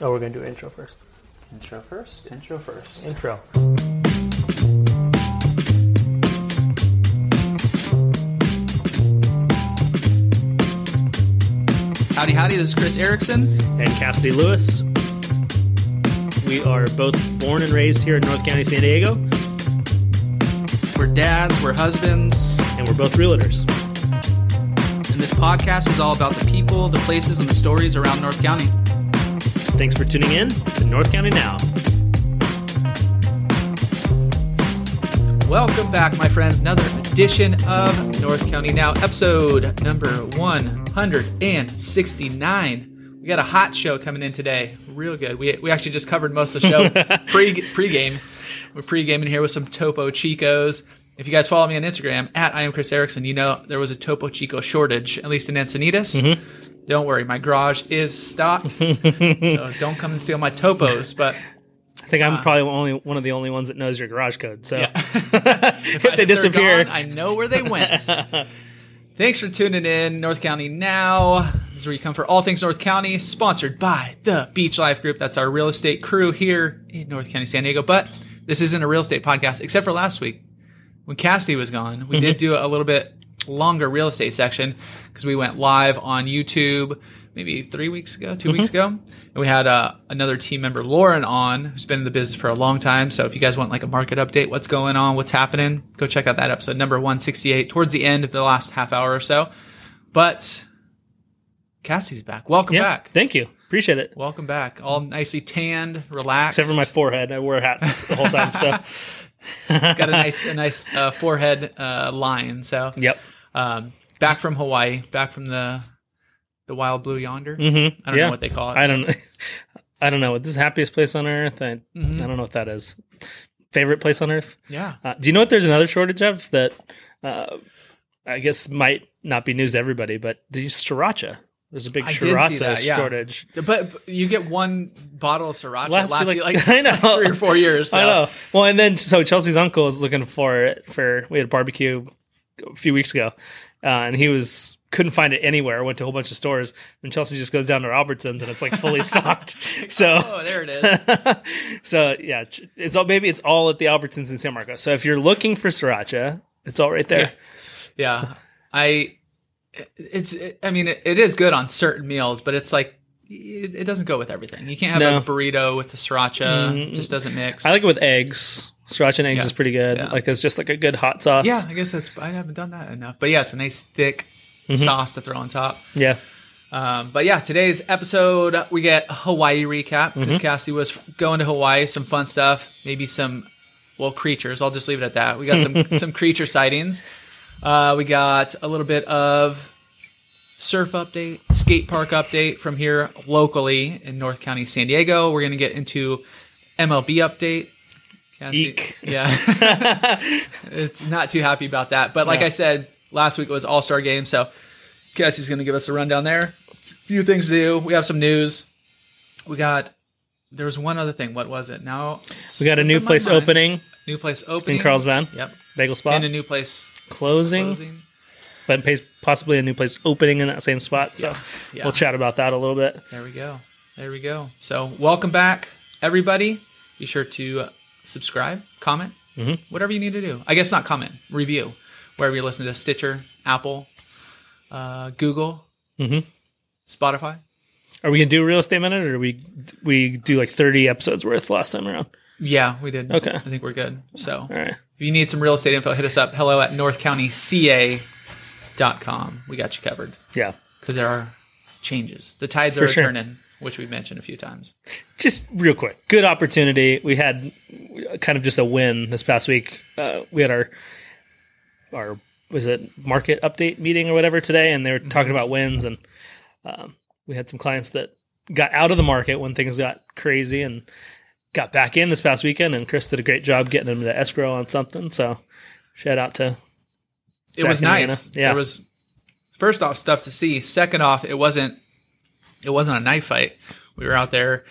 Oh, we're gonna do intro first. Intro first. Intro first. Intro. Howdy, howdy. This is Chris Erickson. And Cassidy Lewis. We are both born and raised here in North County, San Diego, We're dads. We're husbands. and we're both realtors. And this podcast is all about the people, the places, and the stories around North County. Thanks for tuning in to North County Now. Welcome back, my friends. Another edition of North County Now, episode number 169. We got a hot show coming in today. Real good. We, we actually just covered most of the show pre pregame. We're pregaming here with some Topo Chicos. If you guys follow me on Instagram at I am Chris Erickson, you know there was a Topo Chico shortage, at least in Encinitas. Don't worry, my garage is stocked, so don't come and steal my topos. But I think I'm probably only one of the only ones that knows your garage code. So if, Uh, I- they they're disappear, gone, I know where they went. Thanks for tuning in, North County Now. This is where you come for all things North County, sponsored by the Beach Life Group. That's our real estate crew here in North County, San Diego. But this isn't a real estate podcast, except for last week when Cassidy was gone. We Mm-hmm. did do a little bit longer real estate section because we went live on YouTube maybe three weeks ago, 2 weeks Mm-hmm. ago, and we had uh, another team member, Lauren, on who's been in the business for a long time. So if you guys want like a market update, what's going on, what's happening, go check out that episode number one sixty eight towards the end of the last half hour or so. But Cassie's back. Welcome yeah, back. thank you, appreciate it. Welcome back. All nicely tanned, relaxed. Except for my forehead, I wore hats the whole time. So It's got a nice, a nice uh, forehead uh, line. So yep, um, back from Hawaii, back from the the wild blue yonder. mm-hmm. I don't yeah. know what they call it. I don't. I don't know. This is the happiest place on earth. I, Mm-hmm. I don't know what that is. Favorite place on earth? yeah, Uh, do you know what there's another shortage of that uh, I guess might not be news to everybody, but the sriracha. There's a big I did see sriracha that, yeah. shortage. but, but you get one bottle of sriracha Lasts lasts, you you like- like, I know. three or four years. So. I know. Well, and then so Chelsea's uncle is looking for it for we had a barbecue a few weeks ago, uh, and he was couldn't find it anywhere. Went to a whole bunch of stores, and Chelsea just goes down to Albertsons, and it's like fully stocked. So Oh, there it is. so yeah, ch- it's all maybe it's all at the Albertsons in San Marcos. So if you're looking for sriracha, it's all right there. Yeah. Yeah, I. It's. I mean, it, it is good on certain meals, but it's like it, it doesn't go with everything. You can't have No. a burrito with the sriracha. It just doesn't mix. I like it with eggs. Sriracha and eggs Yeah. is pretty good. Yeah. Like it's just like a good hot sauce. yeah, I guess that's. I haven't done that enough, but yeah, it's a nice thick Mm-hmm. sauce to throw on top. Yeah. Um, but yeah, today's episode we get a Hawaii recap because Cassie was f- going to Hawaii, some fun stuff, maybe some well creatures. I'll just leave it at that. We got some some creature sightings. Uh, we got a little bit of surf update, skate park update from here locally in North County, San Diego. We're gonna get into MLB update. Cassie- Eek. Yeah, it's not too happy about that. But like No. I said, last week was All Star Game, so Cassie's gonna give us a rundown there. Few things to do. We have some news. We got. There was one other thing. What was it? Now We got a new place opening New place opening in Carlsbad. Yep. Bagel spot. And a new place closing, closing. but pays- possibly a new place opening in that same spot. So Yeah. we'll chat about that a little bit. There we go. There we go. So, welcome back, everybody. Be sure to subscribe, comment, Mm-hmm. whatever you need to do. I guess not comment, review, wherever you listen to this Stitcher, Apple, uh, Google, Mhm. Spotify. Are we gonna do a real estate minute, or do we we do like thirty episodes worth last time around? Yeah, we did. Okay. I think we're good. So, All right. if you need some real estate info, hit us up. Hello at northcountyca.com. We got you covered Yeah. because there are changes. The tides For are sure. turning, which we've mentioned a few times. Just real quick, good opportunity. We had kind of just a win this past week. Uh, we had our our was it market update meeting or whatever today, and they Mm-hmm. were talking about wins, and um, we had some clients that got out of the market when things got crazy and got back in this past weekend. And Chris did a great job getting them to escrow on something. So shout out to it was Zach and nice. Anna. Yeah. There was first off stuff to see. Second off, it wasn't it wasn't a knife fight. We were out there,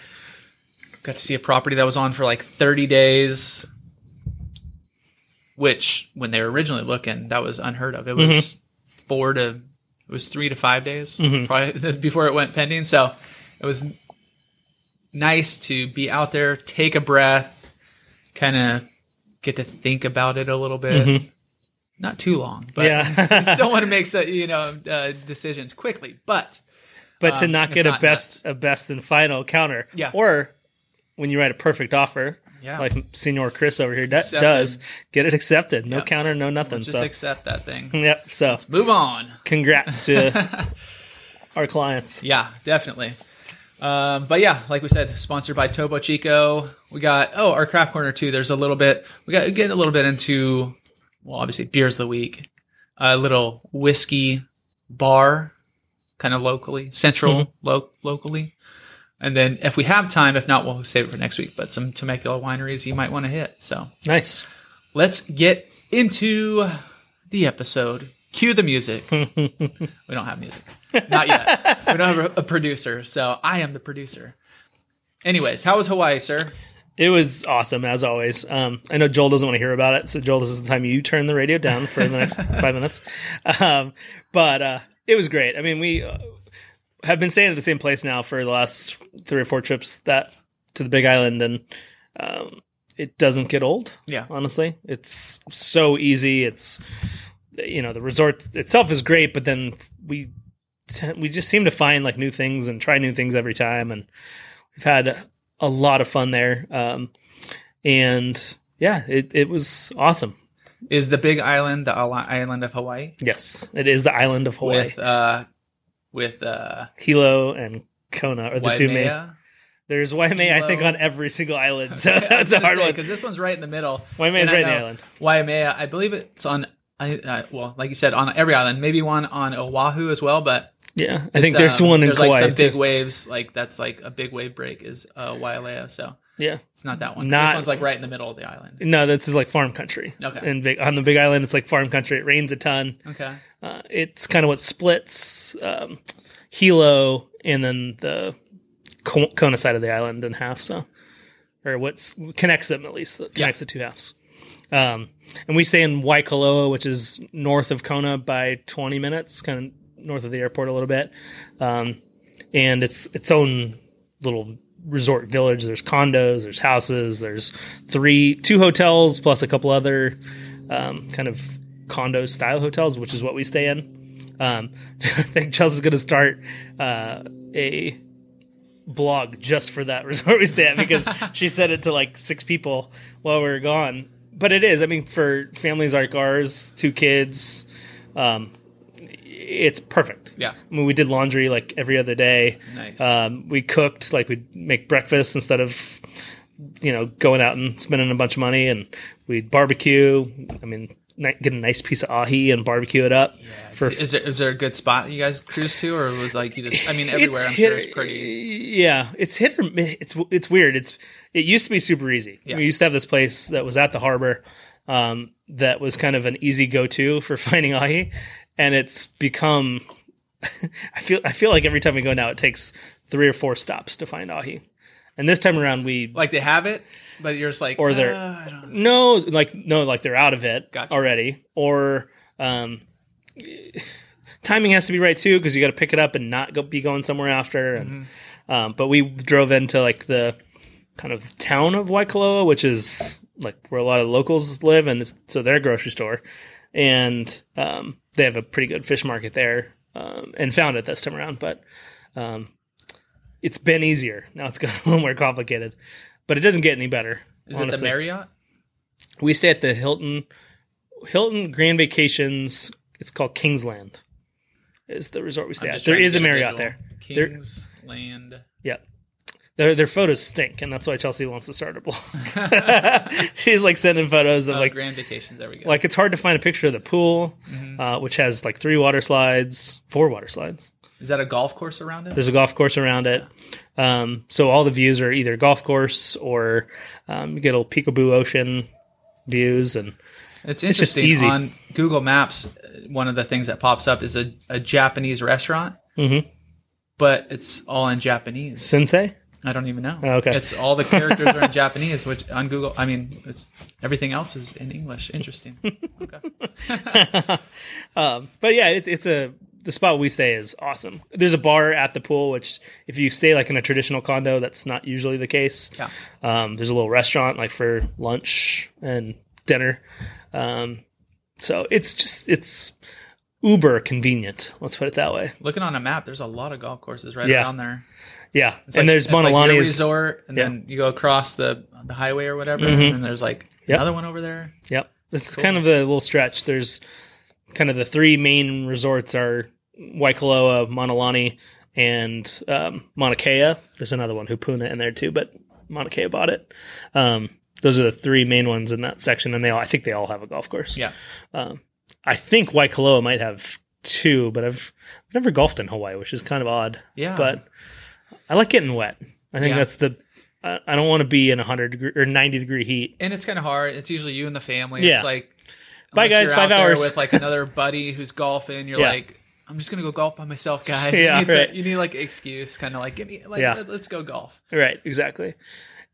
got to see a property that was on for like thirty days. Which when they were originally looking, that was unheard of. It was Mm-hmm. four to it was three to five days probably before it went pending. So it was nice to be out there, take a breath, kind of get to think about it a little bit. Not too long, but Yeah. you still want to make se- you know uh, decisions quickly. But but to Um, not it's get a not best a best and final counter. Yeah. Or when you write a perfect offer, Yeah. like Senor Chris over here do- Accepted. does, get it accepted. No Yeah. counter, no nothing. just so accept that thing. yep. So Move on. congrats to our clients. Yeah, definitely. Um, but yeah, like we said, sponsored by Tobo Chico. We got oh our craft corner too. There's a little bit we got get a little bit into well obviously beers of the week, a little whiskey bar, kind of locally central lo- locally, and then if we have time, if not, we'll save it for next week. But some Temecula wineries you might want to hit. So Nice. let's get into the episode. Cue the music. we don't have music. Not yet. we don't have a, a producer, so I am the producer. Anyways, how was Hawaii, sir? It was awesome as always. Um, I know Joel doesn't want to hear about it, so Joel, this is the time you turn the radio down for the next five minutes. Um, but uh, it was great. I mean, we uh, have been staying at the same place now for the last three or four trips that to the Big Island, and um, it doesn't get old. Yeah. honestly, it's so easy. It's you know the resort itself is great, but then we te- we just seem to find like new things and try new things every time, and we've had a lot of fun there. Um, and yeah, it, it was awesome. Is the Big Island the ala- island of Hawaii Yes, it is the island of Hawaii. with uh with uh Hilo and Kona are the two main. Waimea? There's Waimea, I think, Hilo. on every single island. So I was that's a gonna hard say, one. because this one's right in the middle. Waimea is And I right in the know island. Waimea, I believe it's on. I, uh, well, like you said, on every island, maybe one on Oahu as well, but Yeah, I think It's, there's um, one in there's Kauai like some big too. waves like that's like a big wave break is uh Wailea so Yeah, it's not that one 'Cause Not- this one's like right in the middle of the island no, this is like farm country. Okay. and big, on the Big Island, it's like farm country. It rains a ton. okay Uh, it's kind of what splits um, Hilo and then the Ko- Kona side of the island in half. So, or what s- connects them at least that connects the two halves. Um, and we stay in Waikoloa, which is north of Kona by 20 minutes, kind of north of the airport a little bit. Um, and it's its own little resort village. There's condos, there's houses, there's three, two hotels plus a couple other um, kind of condo style hotels, which is what we stay in. Um, I think Chelsea's going to start uh, a blog just for that resort we stay at because she said it to like six people while we were gone. But it is, I mean, for families like ours, two kids, um, it's perfect. yeah I mean, we did laundry like every other day. Nice. Um, we cooked like we'd make breakfast instead of you know going out and spending a bunch of money, and we'd barbecue. I mean, ni- get a nice piece of ahi and barbecue it up for is there is there a good spot you guys cruise to or was like you just I mean everywhere I'm sure hit- is pretty Yeah, it's hit or mi- it's it's weird. It's it used to be super easy. Yeah. We used to have this place that was at the harbor, um, that was kind of an easy go to for finding ahi, and it's become. I feel I feel like every time we go now, it takes three or four stops to find ahi, and this time around we like they have it but you're just like Or they're- "Uh, I don't know." no like no like they're out of it Gotcha. already or um timing has to be right too because you got to pick it up and not go, be going somewhere after and Mm-hmm. um, but we drove into like the kind of town of Waikoloa which is like where a lot of locals live and it's, so their grocery store and um, they have a pretty good fish market there um, and found it this time around but um, it's been easier now it's got a little more complicated but it doesn't get any better is it the Marriott we stay at the Hilton Hilton Grand Vacations. It's called Kingsland. Is the resort we stay I'm at. just There trying to is a get Marriott visual. there. There- Kingsland Yeah. Their their photos stink, and that's why Chelsea wants to start a blog. She's like sending photos of oh, like Grand Vacations there we go like it's hard to find a picture of the pool, Mm-hmm. uh, which has like three water slides, four water slides. is that a golf course around it There's a golf course around it. Um, so all the views are either golf course or um, you get a little peekaboo ocean views and It's just interesting. easy. On Google Maps, uh, one of the things that pops up is a, a Japanese restaurant, Mhm. but it's all in Japanese. sensei. I don't even know. Oh, Okay. It's all the characters are in Japanese, which on Google, I mean, it's everything else is in English. Interesting. Okay. but yeah, it's it's a the spot we stay is awesome. There's a bar at the pool, which if you stay like in a traditional condo, that's not usually the case. Yeah. Um, there's a little restaurant like for lunch and dinner. Um, so it's just it's uber convenient. Let's put it that way. Looking on a map, there's a lot of golf courses right Yeah. around there. Yeah. It's and like- there's it's like your Monalani's. resort, and yeah. Mm-hmm. then you go across the the highway or whatever, and then there's like Yep. another one over there. Yep. This is Cool. kind of the little stretch. There's kind of the three main resorts are Waikoloa, Monolani, and um, Mauna Kea. There's another one, Hupuna, in there too, but Mauna Kea bought it. Um, those are the three main ones in that section, and they all, I think they all have a golf course. Yeah, Um, I think Waikoloa might have two, but I've, I've never golfed in Hawaii, which is kind of odd. yeah. But I like getting wet. I think Ah. Yeah. that's the. I, I don't want to be in 100 degree or 90 degree heat. and it's kind of hard. It's usually you and the family. Yeah. It's like Bye, unless guys, you're five out there hours. with like another buddy who's golfing. You're Yeah. like, I'm just gonna go golf by myself, guys. Yeah, you, need to- right. you need like excuse, kind of like give me like Yeah. let- let's go golf. Right, exactly.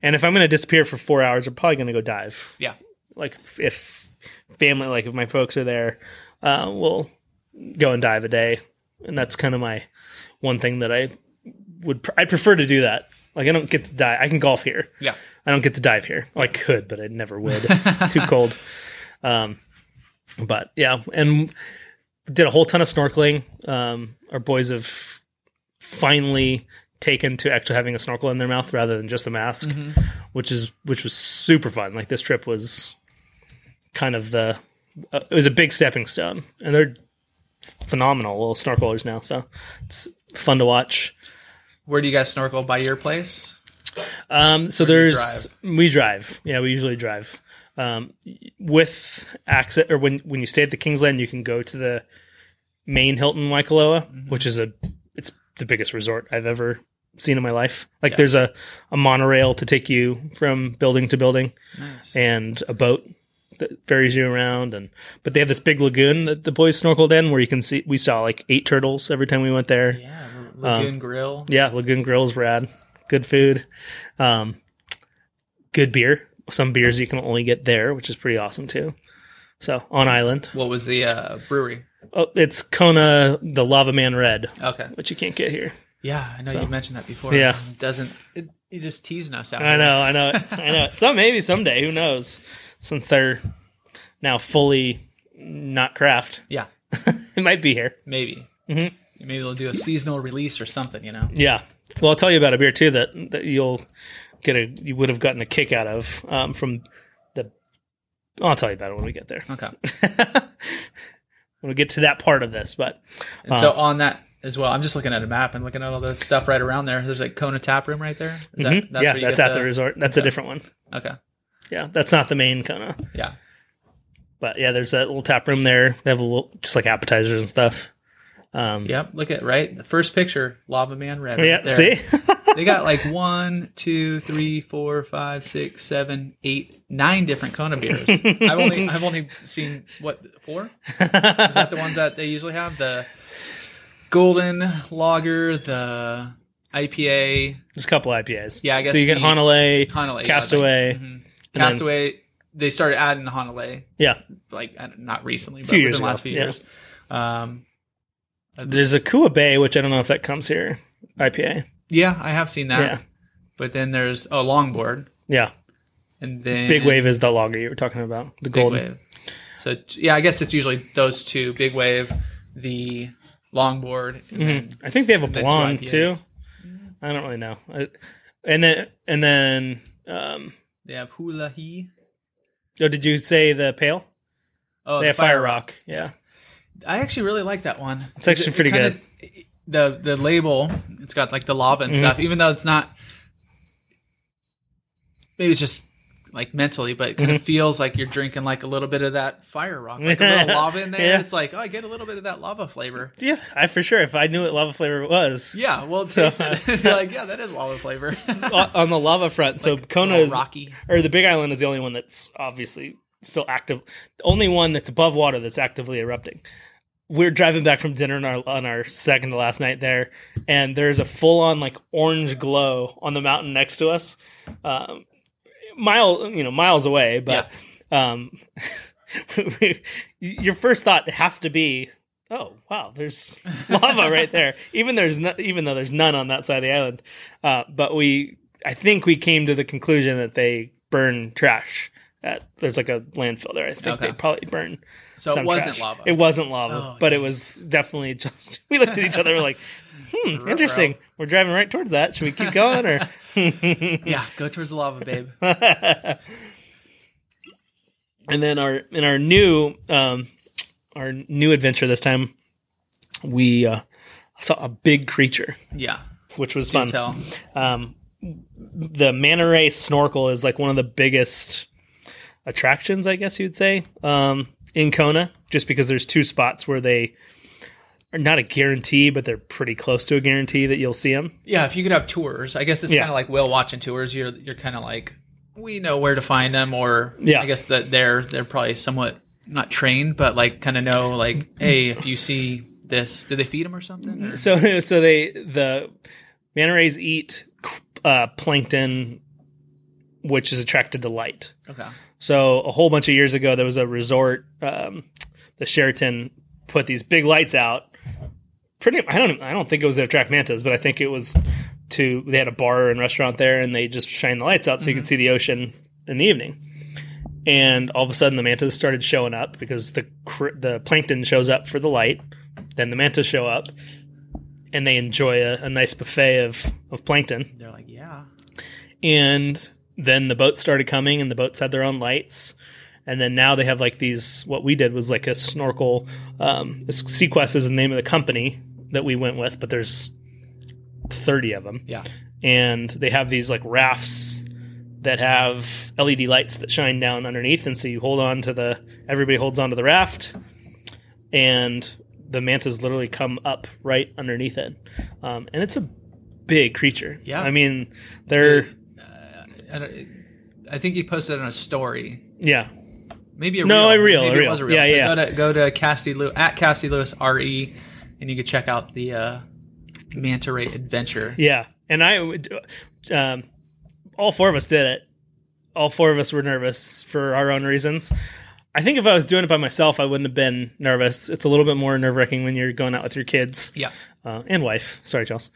And if I'm going to disappear for four hours, I'm probably going to go dive. Yeah, Like if family, like if my folks are there, uh, we'll go and dive a day. And that's kind of my one thing that I would pr- I prefer to do that. Like I don't get to dive. I can golf here. yeah. I don't get to dive here. Well, I could, but I never would. It's too cold. Um, but yeah, and did a whole ton of snorkeling. Um, our boys have finally taken to actually having a snorkel in their mouth rather than just a mask, which is which was super fun. Like this trip was kind of the uh, it was a big stepping stone, and they're phenomenal little snorkelers now. So it's fun to watch. Where do you guys snorkel by your place? Um, so do you there's we drive. Yeah, we usually drive. Um, with access or when when you stay at the Kingsland, you can go to the main Hilton Waikoloa, Mm-hmm. which is a it's the biggest resort I've ever seen in my life. Like there's a a monorail to take you from building to building Nice. and a boat that ferries you around and but they have this big lagoon that the boys snorkeled in where you can see we saw like eight turtles every time we went there. yeah, Um, L- Lagoon Grill. Yeah, Lagoon Grill's rad. Good food. Um, good beer. Some beers you can only get there, which is pretty awesome too. So on island, What was the uh, brewery? oh, it's Kona the Lava Man Red, Okay. which you can't get here. Yeah, I know So- you mentioned that before. Yeah. It doesn't it, it just teasing us out? I know, I know, I know. Some maybe someday, who knows? Since they're now fully not craft, Yeah, it might be here. maybe. Mhm. Maybe they'll do a seasonal release or something. You know. Yeah. Well, I'll tell you about a beer too that, that you'll get a you would have gotten a kick out of um, from the. I'll tell you about it when we get there. Okay. we'll get to that part of this, but And so on that as well, I'm just looking at a map and looking at all the stuff right around there. There's like Kona Tap Room right there. Mhm. Is that- yeah, where you that's get at the, resort. That's a different one. Okay. Yeah, that's not the main Kona, Yeah. but yeah, there's that little tap room there. They have a little just like appetizers and stuff. Um, oh, Yep. Look at right the first picture, Lava Man Red. right yeah, there. see, they got like one, two, three, four, five, six, seven, eight, nine different Kona beers. I've only I've only seen what four. Is that the ones that they usually have? The golden lager, the IPA, there's a couple IPAs. Yeah, I guess so. You get the- Honolulu, Hanalei, Castaway, yeah, mhm. and then- Castaway. they started adding the Hanalei, yeah. like I don't- not recently, but Few within years the last ago, few yeah. years. Um, There's a Kua Bay, which I don't know if that comes here. IPA. yeah, I have seen that. Yeah. But then there's oh, longboard, Yeah, and then Big Wave is the lager you were talking about, the Big golden. wave. So t- yeah, I guess it's usually those two: big wave, the longboard. And then, I think they have a then two blonde IPAs. Mm-hmm. too. I don't really know. I, and then and then um, They have hula he. oh, did you say the pale? Oh, they the have Fire Rock. Yeah, I actually really like that one. It's actually pretty kinda- The the label, it's got like the lava Mm-hmm. and stuff. Even though it's not, maybe it's just like mentally, but it kind Mm-hmm. of feels like you're drinking like a little bit of that fire rock, like a little lava in there. Yeah. It's like oh, I get a little bit of that lava flavor. yeah. I for sure. If I knew what lava flavor it was, Yeah, well, So- taste it. You're like yeah, that is lava flavor. o- on the lava front. So Kona Little is rocky. or the Big Island is the only one that's obviously still active. The only one that's above water that's actively erupting. We're driving back from dinner on our on our second to last night there, and there's a full on like orange glow on the mountain next to us, um, mile you know miles away. But um, your first thought has to be Oh wow, there's lava right there. Even there's no, even though there's none on that side of the island, uh, but we I think we came to the conclusion that they burn trash. At, there's like a landfill there. I think Okay. they probably burn. So it some wasn't trash. lava. It wasn't lava, Oh, but it was definitely just. We looked at each other. We're like, hmm, Ruh-roh. interesting. We're driving right towards that. Should we keep going or? yeah, go towards the lava, babe. and then our in our new um, our new adventure this time, we uh, saw a big creature, Yeah, which was do fun. tell. Um, the manta ray snorkel is like one of the biggest attractions, I guess you'd say, um, in Kona, just because there's two spots where they are not a guarantee, but they're pretty close to a guarantee that you'll see them. Yeah, if you could have tours, I guess it's Yeah. kind of like whale watching tours. You're you're kind of like we know where to find them, or Yeah. I guess that they're they're probably somewhat not trained, but like kind of know like, hey, if you see this, do they feed them or something? Or- So so they the manta rays eat uh, plankton, which is attracted to light. okay, So a whole bunch of years ago, there was a resort, um, the Sheraton put these big lights out. Pretty, I don't, I don't think it was to attract mantas, but I think it was to they had a bar and restaurant there, and they just shine the lights out so you could see the ocean in the evening. And all of a sudden, the mantas started showing up because the cr- the plankton shows up for the light, then the mantas show up, and they enjoy a, a nice buffet of of plankton they're like, yeah, and then the boats started coming and the boats had their own lights and then now they have like these what we did was like a snorkel um sequest is the name of the company that we went with but there's 30 of them yeah, and they have these like rafts that have led lights that shine down underneath and so you hold on to the everybody holds onto the raft and the mantas literally come up right underneath it um, and it's a big creature Yeah. i mean they're I, don't- I think he posted it on a story. yeah Maybe a No, reel. a reel, Maybe a It was a reel. reel. Yeah, so yeah. Go to go to Cassie Lewis at Cassie Lewis re, and you can check out the uh, manta ray adventure. Yeah, and I, would- um, all four of us did it. All four of us were nervous for our own reasons. I think if I was doing it by myself, I wouldn't have been nervous. It's a little bit more nerve wracking when you're going out with your kids Yeah. uh, and wife. Sorry, Charles.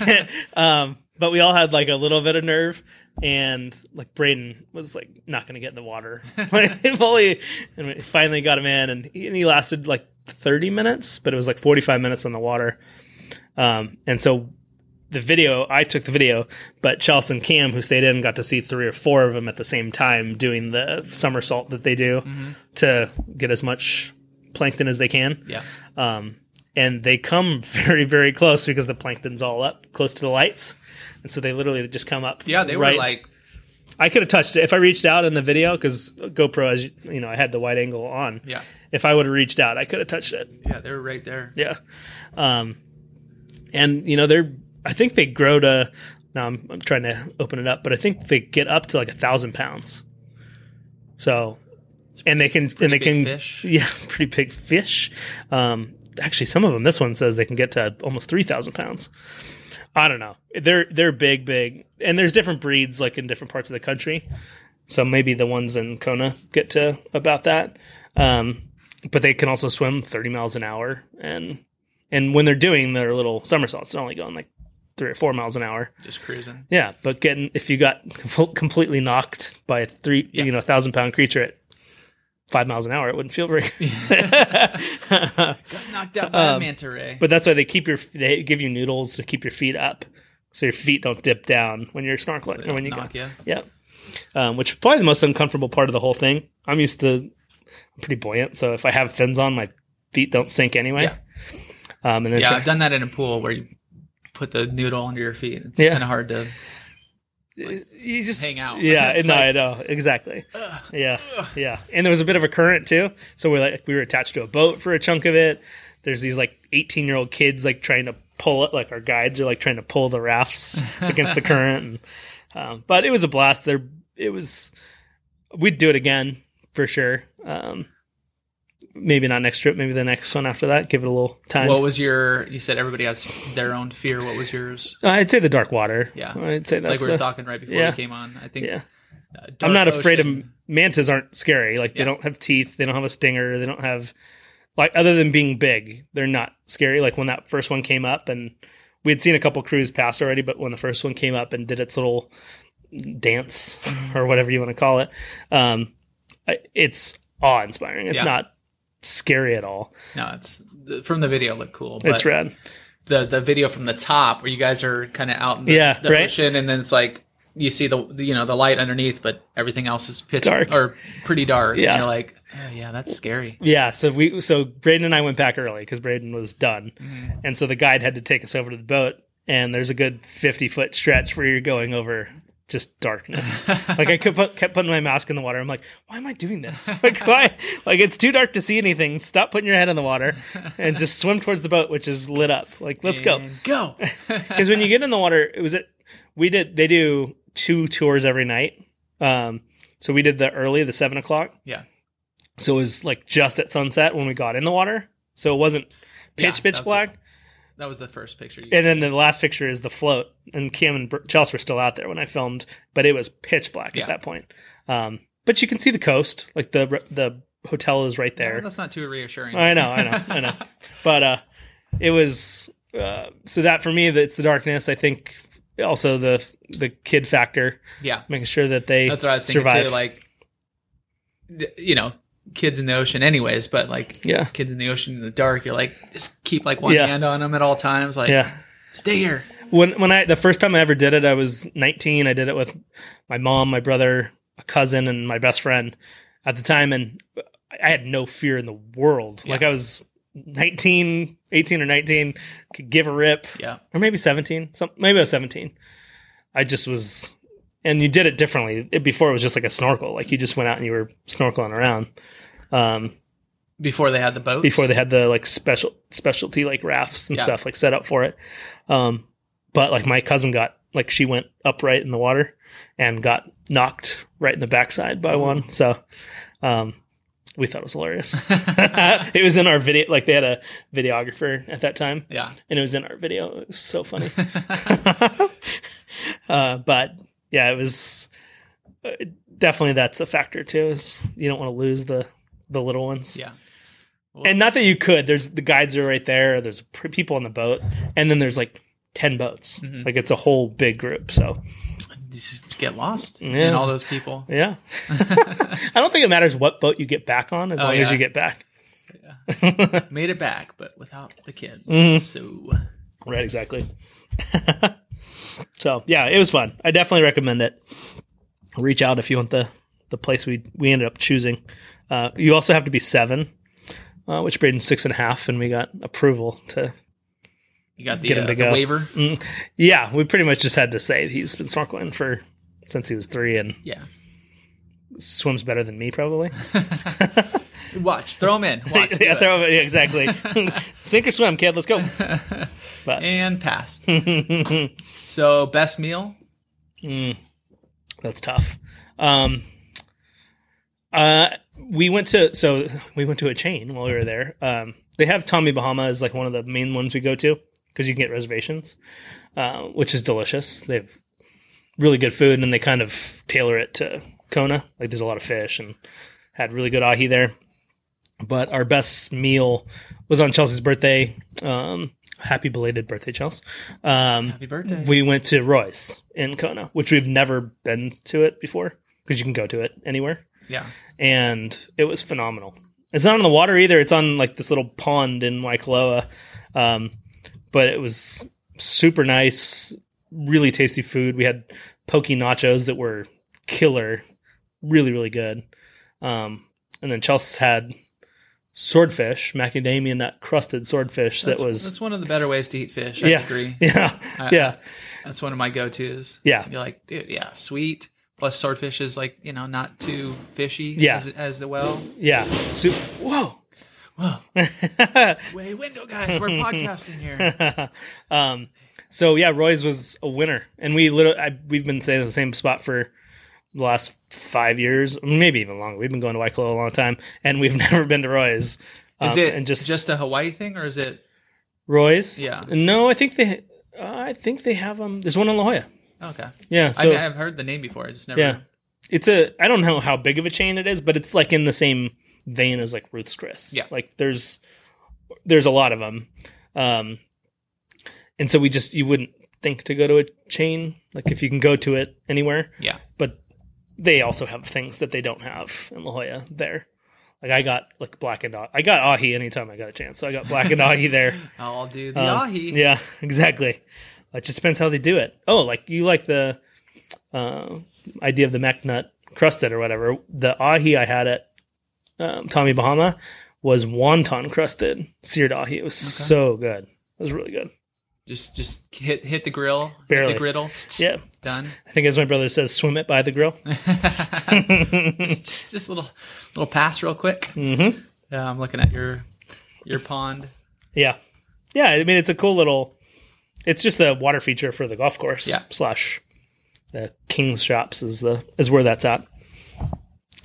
um, but we all had like a little bit of nerve, and like Braden was like not going to get in the water. like, fully, and we finally got him in, and he, and he lasted like 30 minutes, but it was like 45 minutes on the water. Um, and so the video, I took the video, but Charles and Cam, who stayed in, got to see three or four of them at the same time doing the somersault that they do to get as much plankton as they can. Yeah. Um, and they come very, very close because the plankton's all up close to the lights. And so they literally just come up. Yeah, they right- were like I could have touched it if I reached out in the video because GoPro, as you, you know, I had the wide angle on. Yeah. If I would have reached out, I could have touched it. Yeah, they were right there. Yeah. Um, and you know, they're, I think they grow to, now I'm, I'm trying to open it up, but I think they get up to like a thousand pounds. So, and they can, and they big can, fish. yeah, pretty big fish. Um, actually some of them, this one says they can get to almost 3,000 pounds. I don't know. They're, they're big, big. And there's different breeds like in different parts of the country. So maybe the ones in Kona get to about that. Um, but they can also swim 30 miles an hour and and when they're doing their little somersaults they're only going like three or four miles an hour Just cruising. yeah but getting if you got com- completely knocked by a three Yeah. you know thousand pound creature at five miles an hour it wouldn't feel very Got knocked out by a manta ray. Um, but that's why they keep your they give you noodles to keep your feet up so your feet don't dip down when you're snorkeling and when you go knock you. yeah. Um, which is probably the most uncomfortable part of the whole thing. I'm used to, I'm pretty buoyant. So if I have fins on, my feet don't sink anyway. Yeah. Um, and then Yeah, try- I've done that in a pool where you put the noodle under your feet. It's Yeah. kind of hard to. you just hang out. Yeah. It's no, like- I know. Exactly. Yeah. Yeah. And there was a bit of a current too. So we're like, we were attached to a boat for a chunk of it. There's these like 18 year old kids like trying to pull it. Like our guides are like trying to pull the rafts against the current. And, um, but it was a blast. There, it was, we'd do it again for sure. Um, maybe not next trip, maybe the next one after that. Give it a little time. What was your? You said everybody has their own fear. What was yours? I'd say the dark water. Yeah. I'd say that's like we were the- talking right before yeah. we came on. I think. Yeah. uh, I'm dark not afraid of ocean- mantas aren't scary. Like they Yeah. don't have teeth, they don't have a stinger, they don't have like other than being big, they're not scary. Like when that first one came up, and we had seen a couple crews pass already, but when the first one came up and did its little dance Mm-hmm. or whatever you want to call it, um, I- it's awe inspiring. It's Yeah. not scary at all. No, it's from the video looked cool. But it's rad. the the video from the top where you guys are kind of out in the, Yeah, the right. ocean, and then it's like you see the you know the light underneath, but everything else is pitch Dark. or pretty dark. Yeah. and you're like, oh, yeah, that's scary. Yeah, so we so Braden and I went back early because Braden was done, and so the guide had to take us over to the boat. And there's a good fifty foot stretch where you're going over just darkness. like I kept, put, kept putting my mask in the water. I'm like, why am I doing this? Like why? Like it's too dark to see anything. Stop putting your head in the water and just swim towards the boat, which is lit up. Like let's go. And go. Because when you get in the water, it was at we did they do two tours every night. Um, so we did the early, the seven o'clock. yeah, So it was like just at sunset when we got in the water. So it wasn't Yeah, pitch that's pitch black. that was the first picture. You And then the last picture is the float, and Cam and Br- Chelsea were still out there when I filmed, but it was pitch black Yeah. at that point. Um, but you can see the coast, like the re- the hotel is right Well, there. that's not too reassuring. I know, I know, I know. But uh, it was uh, so that for me, that's the darkness. I think also the the kid factor, Yeah, making sure that they that's what I was thinking survive. too. Like, d- you know, kids in the ocean, anyways. But like, yeah, kids in the ocean in the dark, you're like, just keep like one Yeah. hand on them at all times. Like, yeah. stay here. when when I the first time I ever did it, I was 19. I did it with my mom, my brother, a cousin, and my best friend at the time, and I had no fear in the world. Like I was 19, 18 or 19, could give a rip, Yeah, or maybe 17. Some maybe I was 17. I just was, and you did it differently. It, before it was just like a snorkel, like you just went out and you were snorkeling around. Um, before they had the boats. before they had the like special specialty like rafts and Yeah. stuff like set up for it. Um, but like my cousin got like she went upright in the water and got knocked right in the backside by one. So um, we thought it was hilarious. it was in our video. Like they had a videographer at that time, yeah, and it was in our video. It was so funny. uh, but yeah, it was uh, definitely that's a factor too. Is you don't want to lose the the little ones. yeah. And not that you could. There's the guides are right there. There's pr- people on the boat, and then there's like ten boats. Mm-hmm. Like it's a whole big group. So Just get lost and Yeah. all those people. yeah, I don't think it matters what boat you get back on as Oh, long as yeah. you get back. Made it back, but without the kids. Mm-hmm. So Right, exactly. so yeah, it was fun. I definitely recommend it. Reach out if you want the the place we we ended up choosing. Uh, you also have to be seven, uh, which Braden's six and a half, and we got approval to you got the, Get 'em uh, to the go. Mm. waiver. Yeah, we pretty much just had to say he's been snorkeling for since he was three and Yeah. swims better than me probably. Watch. Throw them in. Watch. do yeah, it. throw, yeah, exactly. Sink or swim, kid. Let's go. and passed. so best meal. That's tough. Um, uh, we went to so we went to a chain while we were there. Um, they have Tommy Bahama as like one of the main ones we go to because you can get reservations, uh, which is delicious. They have really good food and they kind of tailor it to Kona. Like there's a lot of fish and had really good ahi there. But our best meal was on Chelsea's birthday. Um, happy belated birthday, Chelsea. Um, Happy birthday. we went to Royce in Kona, which we've never been to it before because you can go to it anywhere, yeah. and it was phenomenal. It's not on the water either; it's on like this little pond in Waikoloa, um, but it was super nice, really tasty food. We had pokey nachos that were killer, really really good, um, and then Chelsea had swordfish, macadamia nut crusted swordfish That's, that was. that's one of the better ways to eat fish. I Yeah, agree. yeah, I- yeah, That's one of my go tos. Yeah. You're like, dude, yeah, sweet. Plus swordfish is like, you know, not too fishy Yeah. as, as the well. yeah. Soup. Whoa, Whoa. Way window guys, we're podcasting here. um, so yeah, Roy's was a winner, and we literally I, we've been staying at the same spot for the last five years, maybe even longer. We've been going to Waikoloa a long time, and we've never been to Roy's. Um, Is it and just, just a Hawaii thing or is it Roy's? Yeah. No, I think they. I think they have um. There's one in La Jolla. okay. Yeah. So I I've heard the name before. I just never yeah, it's a. I don't know how big of a chain it is, but it's like in the same vein as like Ruth's Chris. Yeah. like there's there's a lot of them, um, and so we just you wouldn't think to go to a chain like if you can go to it anywhere, Yeah. but they also have things that they don't have in La Jolla there. Like I got like black and Ah- I got ahi anytime I got a chance, so I got black and ahi there. I'll do the Um, ahi. Yeah, exactly. It just depends how they do it. Oh, like you like the uh, idea of the MacNut crusted or whatever. The ahi I had at um, Tommy Bahama was wonton crusted seared ahi. It was so good. It was really good. Just just hit hit the grill. hit Barely. the griddle. Yeah. Done. I think as my brother says, swim it by the grill. just, just just a little little pass real quick. hmm Yeah, I'm looking at your your pond. Yeah. Yeah. I mean, it's a cool little, it's just a water feature for the golf course Yeah. slash the King's shops is the, is where that's at.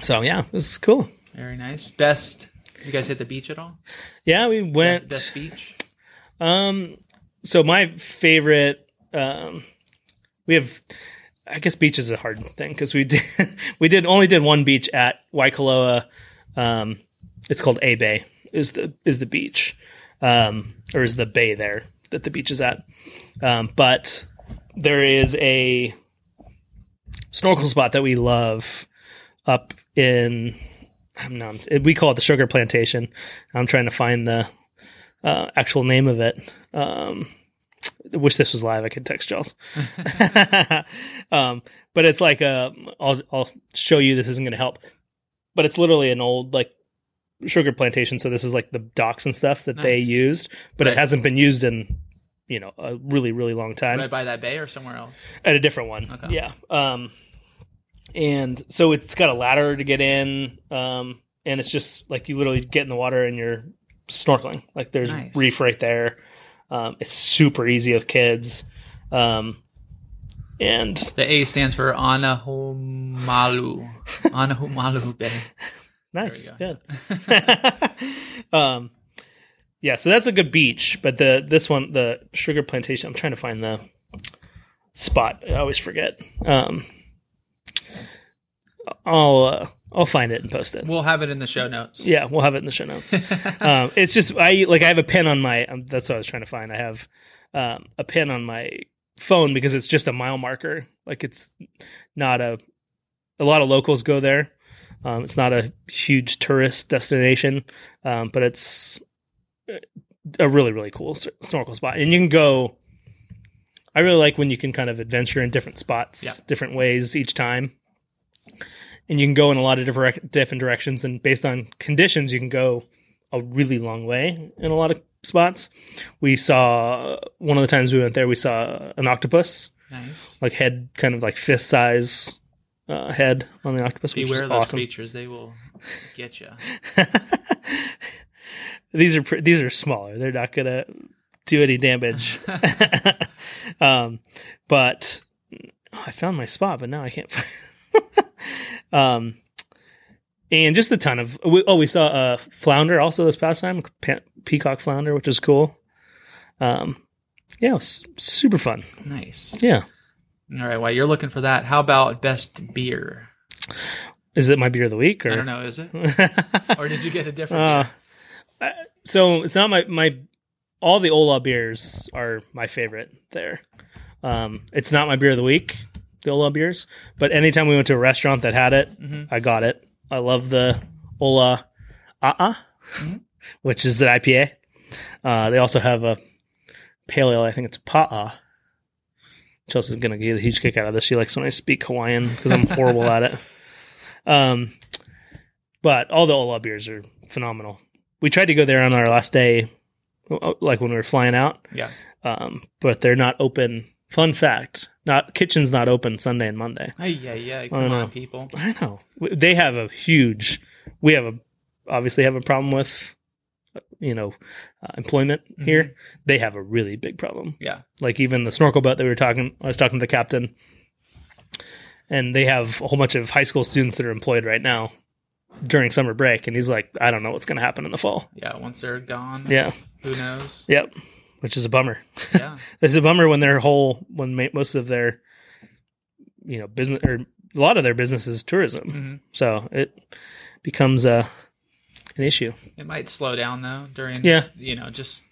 So yeah, it's cool. Very nice. Best. Did you guys hit the beach at all? Yeah, we went. Best beach. Um, so my favorite, um, we have, I guess beach is a hard thing because we did, we did only did one beach at Waikoloa. Um, it's called A Bay is the, is the beach, um, or is the bay there that the beach is at. Um, but there is a snorkel spot that we love up in, I'm not, we call it the sugar plantation. I'm trying to find the, uh, actual name of it. Um, I wish this was live. I could text y'all's. um, but it's like a. I'll I'll show you. This isn't going to help, but it's literally an old like sugar plantation. So this is like the docks and stuff that they Nice. used, but Right. it hasn't been used in you know a really really long time Right by that bay or somewhere else. at a different one. Okay. Yeah. Um, and so it's got a ladder to get in, um, and it's just like you literally get in the water and you're snorkeling. Like there's Nice. reef right there. Um, it's super easy with kids. Um, and The A stands for Anahumalu. Anahumalu Bay. nice, There good. um, yeah, so that's a good beach, but the this one, the sugar plantation. I'm trying to find the spot. I always forget. Um, I'll uh, I'll find it and post it. We'll have it in the show notes. Yeah, we'll have it in the show notes. um, it's just I like I have a pin on my. Um, that's what I was trying to find. I have um, a pin on my phone because it's just a mile marker. Like it's not a. A lot of locals go there. Um, it's not a huge tourist destination, um, but it's a really really cool s- snorkel spot, and you can go. I really like when you can kind of adventure in different spots, Yeah. different ways each time and you can go in a lot of different different directions and based on conditions you can go a really long way in a lot of spots we saw one of the times we went there we saw an octopus Nice. like head kind of like fist size uh, head on the octopus which Beware is those awesome creatures. They will get you. these are pr- these are smaller they're not gonna do any damage um but oh, i found my spot but now i can't find um and just a ton of we, oh we saw a flounder also this past time pe- peacock flounder which is cool um yeah it was super fun Nice. yeah All right. While you're looking for that, how about best beer? is it my beer of the week or I don't know. Is it? Or did you get a different? Uh, beer? I- so it's not my my all the Ola beers are my favorite there. Um, it's not my beer of the week, the Ola beers, but anytime we went to a restaurant that had it, Mhm. I got it. I love the Ola Aa, which is an IPA. Uh, they also have a pale ale. I think it's Pa'a. Chelsea's gonna get a huge kick out of this. She likes when I speak Hawaiian because I'm horrible at it. Um, but all the Ola beers are phenomenal. We tried to go there on our last day, like when we were flying out, Yeah. um, but they're not open. Fun fact: not kitchen's not open Sunday and Monday. Hey, yeah, yeah. don't Come on, know. people. I know W- they have a huge. We have a obviously have a problem with, you know, uh, employment here. They have a really big problem Yeah. like even the snorkel boat that we were talking I was talking to the captain and they have a whole bunch of high school students that are employed right now during summer break and he's like I don't know what's going to happen in the fall. Yeah. Once they're gone, Yeah. who knows? Yep. Which is a bummer. Yeah. It's a bummer when their whole when ma- most of their you know mm-hmm. business or a lot of their business is tourism. Mhm. So it becomes a an issue. It might slow down though during Yeah. you know just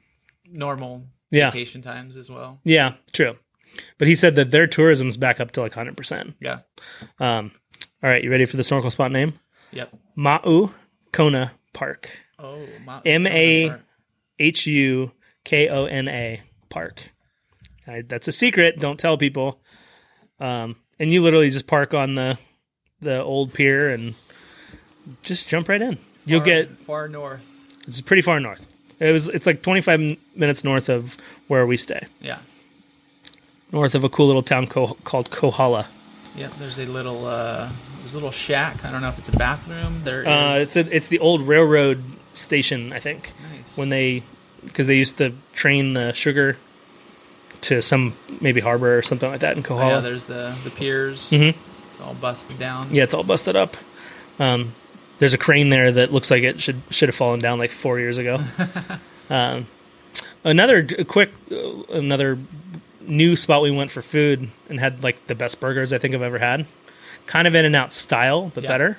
normal Yeah. vacation times as well. Yeah, true. But he said that their tourism's back up to like 100%. Yeah. Um, all right, you ready for the snorkel spot name? Yep. Ma'u Kona Park. Oh, my, M A- H U K O N A Park. I, that's a secret. Don't tell people. Um, and you literally just park on the the old pier and just jump right in. You'll Far- get far north. it's pretty far north. It was it's like 25 m- minutes north of where we stay. Yeah. North of a cool little town co- called Kohala. Yep. There's a little uh, there's a little shack. I don't know if it's a bathroom. There is. Uh, it's a, it's the old railroad station, I think. nice. when they because they used to train the sugar to some maybe harbor or something like that in Oh, yeah, Kohala. there's the the piers. Mhm. It's all busted down. yeah, it's all busted up. Um, there's a crane there that looks like it should should have fallen down like four years ago. um, another d- quick, uh, another new spot we went for food and had like the best burgers I think I've ever had. Kind of in and out style, but Yeah. better.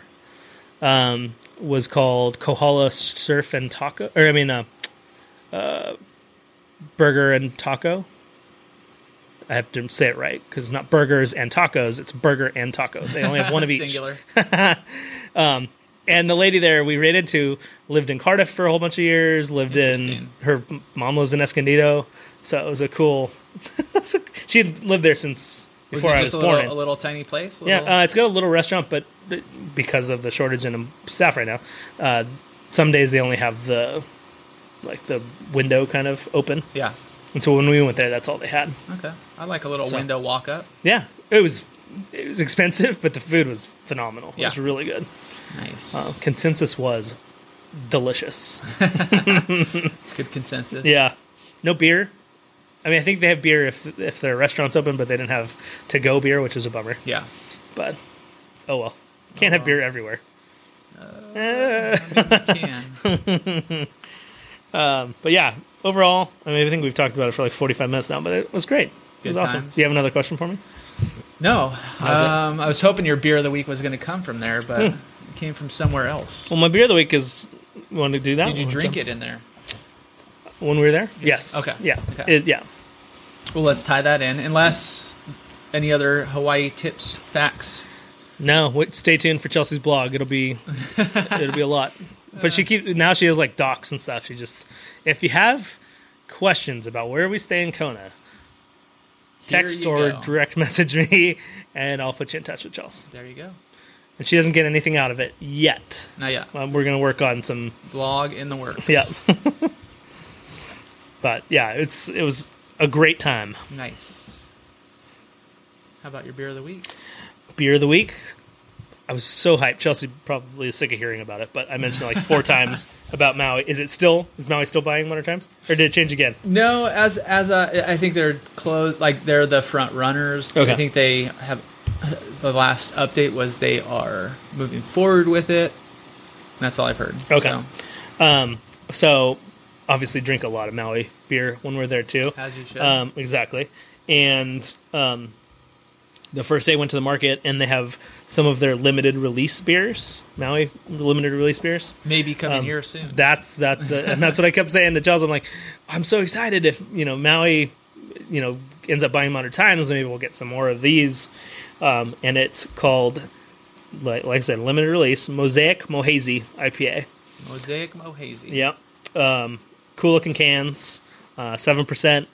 Um, was called Kohala Surf and Taco, or I mean, uh, uh, Burger and Taco. I have to say it right because it's not burgers and tacos; it's burger and taco. They only have one of each. Singular. Um, and the lady there we ran into lived in Cardiff for a whole bunch of years. Lived in Interesting. her m- mom lives in Escondido, so it was a cool. she had lived there since Was before it I was just a born. little, a little tiny place? A little- yeah, uh, it's got a little restaurant, but because of the shortage in um, staff right now, uh, some days they only have the like the window kind of open, yeah. and so when we went there, that's all they had. Okay. I like a little So- window walk up. Yeah, it was it was expensive, but the food was phenomenal. It was Yeah. really good. Nice. Uh, consensus was delicious. It's good consensus. Yeah, no beer. I mean, I think they have beer if if their restaurant's open, but they didn't have to go beer, which is a bummer. Yeah. But oh well, can't have beer everywhere. Can. Um, but yeah, overall, I mean, I think we've talked about it for like forty five minutes now, but it was great. It was Good awesome. times. Do you have another question for me? No. was it? Hmm. Um, I was hoping your beer of the week was going to come from there, but it came from somewhere else. Well, my beer of the week is. You want to do that? Did you drink it in there? when we were there? Yes. Okay. Yeah. Okay. It- yeah. Well, let's tie that in. Unless any other Hawaii tips, facts. No, wait, stay tuned for Chelsea's blog. It'll be it'll be a lot. But she keep now she has like docs and stuff. She just if you have questions about where we stay in Kona, text you or go. direct message me and I'll put you in touch with Chelsea. There you go. And she doesn't get anything out of it yet. Now, yeah, Um, we're going to work on some blog in the works. yeah. but yeah, it's it was a great time. Nice. How about your beer of the week? beer of the week. I was so hyped. Chelsea probably is sick of hearing about it, but I mentioned it like four times about Maui. Is it still is Maui still buying Winter Times, or did it change again? No, as as uh, I think they're close. Like they're the front runners. Okay. I think they have. The last update was they are moving forward with it. That's all I've heard. Okay. So, Um, so obviously drink a lot of Maui beer when we're there too. as you should. Um, exactly. And um, the first day went to the market, and they have some of their limited release beers, Maui limited release beers. Maybe coming um, here soon. That's that, the, and that's what I kept saying to Chels. I'm like, I'm so excited if you know Maui, you know, ends up buying Modern Times, maybe we'll get some more of these. Um, and it's called, like, like I said, limited release Mosaic Mohazy IPA. Mosaic Mohazy. Yep, um, cool looking cans, uh, seven percent,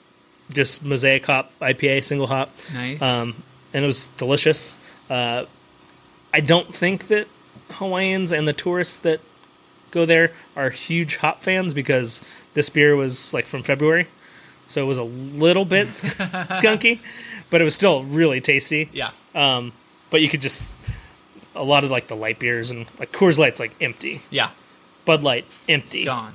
just Mosaic hop IPA, single hop Nice. um, and it was delicious. Uh, I don't think that Hawaiians and the tourists that go there are huge hop fans because this beer was like from February, so it was a little bit skunky, but it was still really tasty. yeah. Um, but you could just a lot of like the light beers and like Coors Light's like empty, Yeah. Bud Light empty, Gone.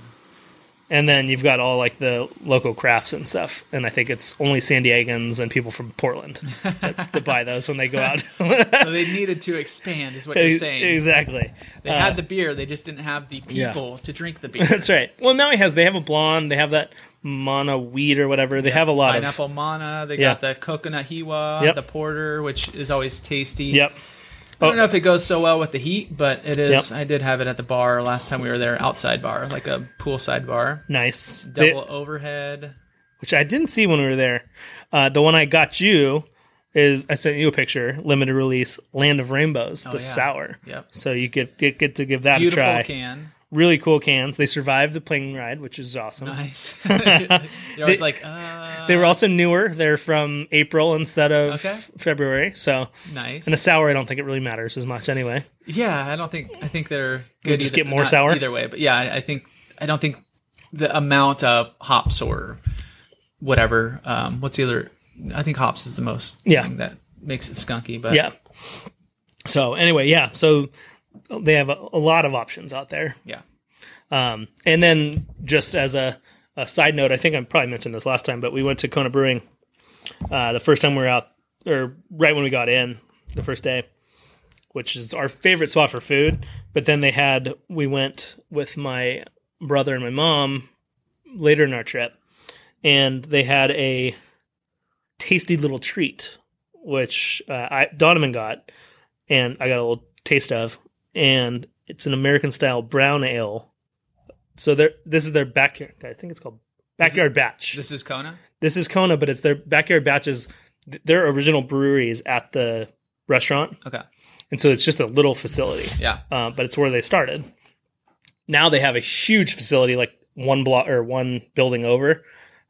and then you've got all like the local crafts and stuff. And I think it's only San Diegans and people from Portland that, that buy those when they go out. So they needed to expand, is what you're saying. Exactly. They Uh, had the beer, they just didn't have the Yeah. people to drink the beer. that's right. Well, now he has. They have a blonde. They have that mana weed or whatever. They have a lot Pineapple mana. They Yeah. got the coconut hiwa, Yep. the porter, which is always tasty. of. Yep. I don't know if it goes so well with the heat, but it is. Oh. Yep. I did have it at the bar last time we were there, outside bar, like a poolside bar, Nice. They- double overhead. which I didn't see when we were there. Uh, the one I got you is I sent you a picture, limited release, Land of Rainbows, the Oh, yeah. sour. Yep, So you get, get get to give that beautiful a try. can, Really cool cans. They survived the plane ride, which is awesome. nice. They're always like, uh, They were also newer. They're from April instead of Okay. February. So nice. and the sour, I don't think it really matters as much anyway. Yeah, I don't think I think they're We good. just either- get more not sour? either way. But yeah, I, I think I don't think the amount of hops or whatever. Um, what's the other? I think hops is the most Yeah. thing that makes it skunky. But Yeah. So anyway, yeah. So they have a, a lot of options out there. yeah, Um, and then just as a, a side note, I think I probably mentioned this last time, but we went to Kona Brewing uh, the first time we were out, or right when we got in the first day, which is our favorite spot for food. But then they had, we went with my brother and my mom later in our trip, and they had a tasty little treat, which uh, I, Donovan got, and I got a little taste of. And it's an American style brown ale so they're this is their backyard. I think it's called backyard batch. This, this is Kona. is Kona, but it's their backyard batches. th- Their original brewery is at the restaurant, Okay, and so it's just a little facility, yeah, uh, but it's where they started. Now they have a huge facility, like one block or one building over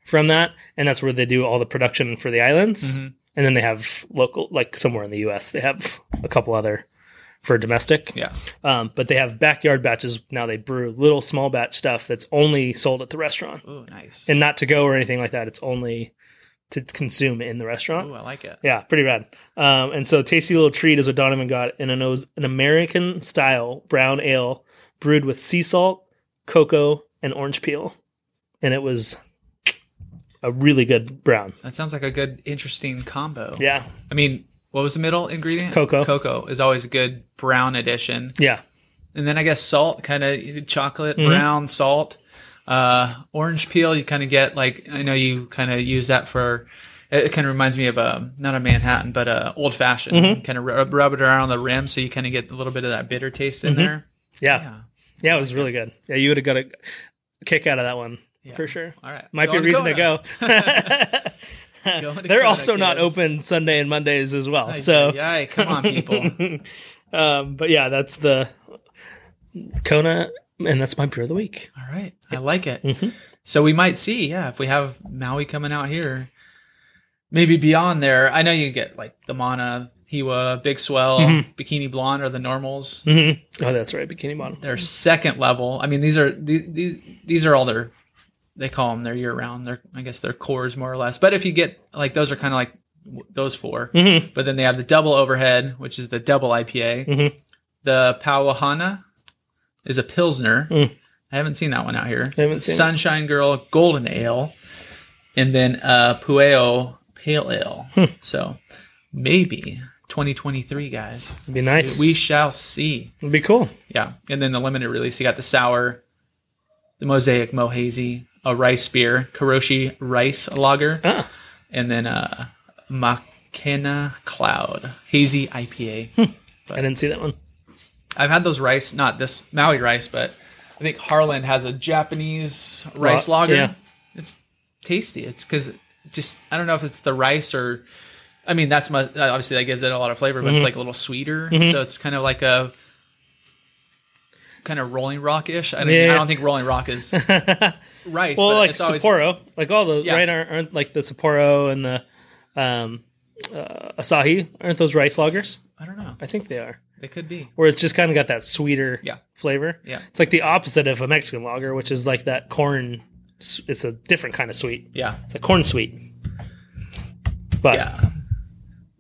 from that, and that's where they do all the production for the islands. Mhm. And then they have local, like somewhere in the U.S., they have a couple other for domestic. yeah. Um, but they have backyard batches now. They brew little small batch stuff that's only sold at the restaurant Ooh, nice. and not to go or anything like that. It's only to consume in the restaurant. Ooh, I like it. Yeah, pretty rad. Um, and so, tasty little treat is what Donovan got, and it was an American style brown ale brewed with sea salt, cocoa, and orange peel, and it was a really good brown. That sounds like a good, interesting combo. Yeah, I mean, what was the middle ingredient? Cocoa. Cocoa is always a good brown addition. yeah, and then I guess salt, kind of chocolate Mm-hmm. brown salt, uh, orange peel. You kind of get like I know you kind of use that for. It kind of reminds me of a not a Manhattan, but a old fashioned. Mm-hmm. Kind of rub, rub it around the rim, so you kind of get a little bit of that bitter taste in there. Mm-hmm. yeah, yeah. Yeah. it was really good. Yeah, you would have got a kick out of that one Yeah. for sure. All right. Might be a Going reason Kona. to go. Going to They're Kona, also not kids. open Sunday and Mondays as well. Ay, so ay, ay, come on, people. um, but yeah, that's the Kona, and that's my beer of the week. All right. I like it. So we might see, yeah, if we have Maui coming out here, maybe beyond there. I know you get like the Mana, Hiwa, Big Swell, Bikini Blonde are the normals. Oh, that's right, Bikini Bottom. Their second level. I mean, these are these, these these are all their they call them their year round. Their I guess their cores more or less. But if you get like those are kind of like w- those 4 Mm-hmm. But then they have the double overhead, which is the double IPA. Mhm. The Powahana is a pilsner. Mm. I haven't seen that one out here. I haven't seen it. Sunshine Girl Golden Ale, and then uh, Pueo Pale Ale. Hmm. So maybe 2023, guys. It'd be nice. We shall see. It'd be cool. Yeah, and then the limited release, you got the sour, the mosaic mohazy, a rice beer, Karoshi rice lager, Ah. and then uh, Makena Cloud hazy IPA. I didn't see that one. I've had those rice, not this Maui rice, but I think Harlan has a Japanese rice Ra- lager. yeah. It's tasty. It's because just I don't know if it's the rice or, I mean that's my obviously that gives it a lot of flavor, Mm-hmm. but it's like a little sweeter. So it's kind of like a kind of Rolling Rock ish. I, don't Yeah. I don't think Rolling Rock is Well, rice. but like it's always- Sapporo, like all those, Yeah. right? Aren't, aren't like the Sapporo and the um, uh, Asahi? Aren't those rice lagers? I don't know. I think they are. They could be. Where it's just kind of got that sweeter Yeah. flavor. Yeah. It's like the opposite of a Mexican lager, which is like that corn. s- It's a different kind of sweet. Yeah. It's a corn sweet. But Yeah.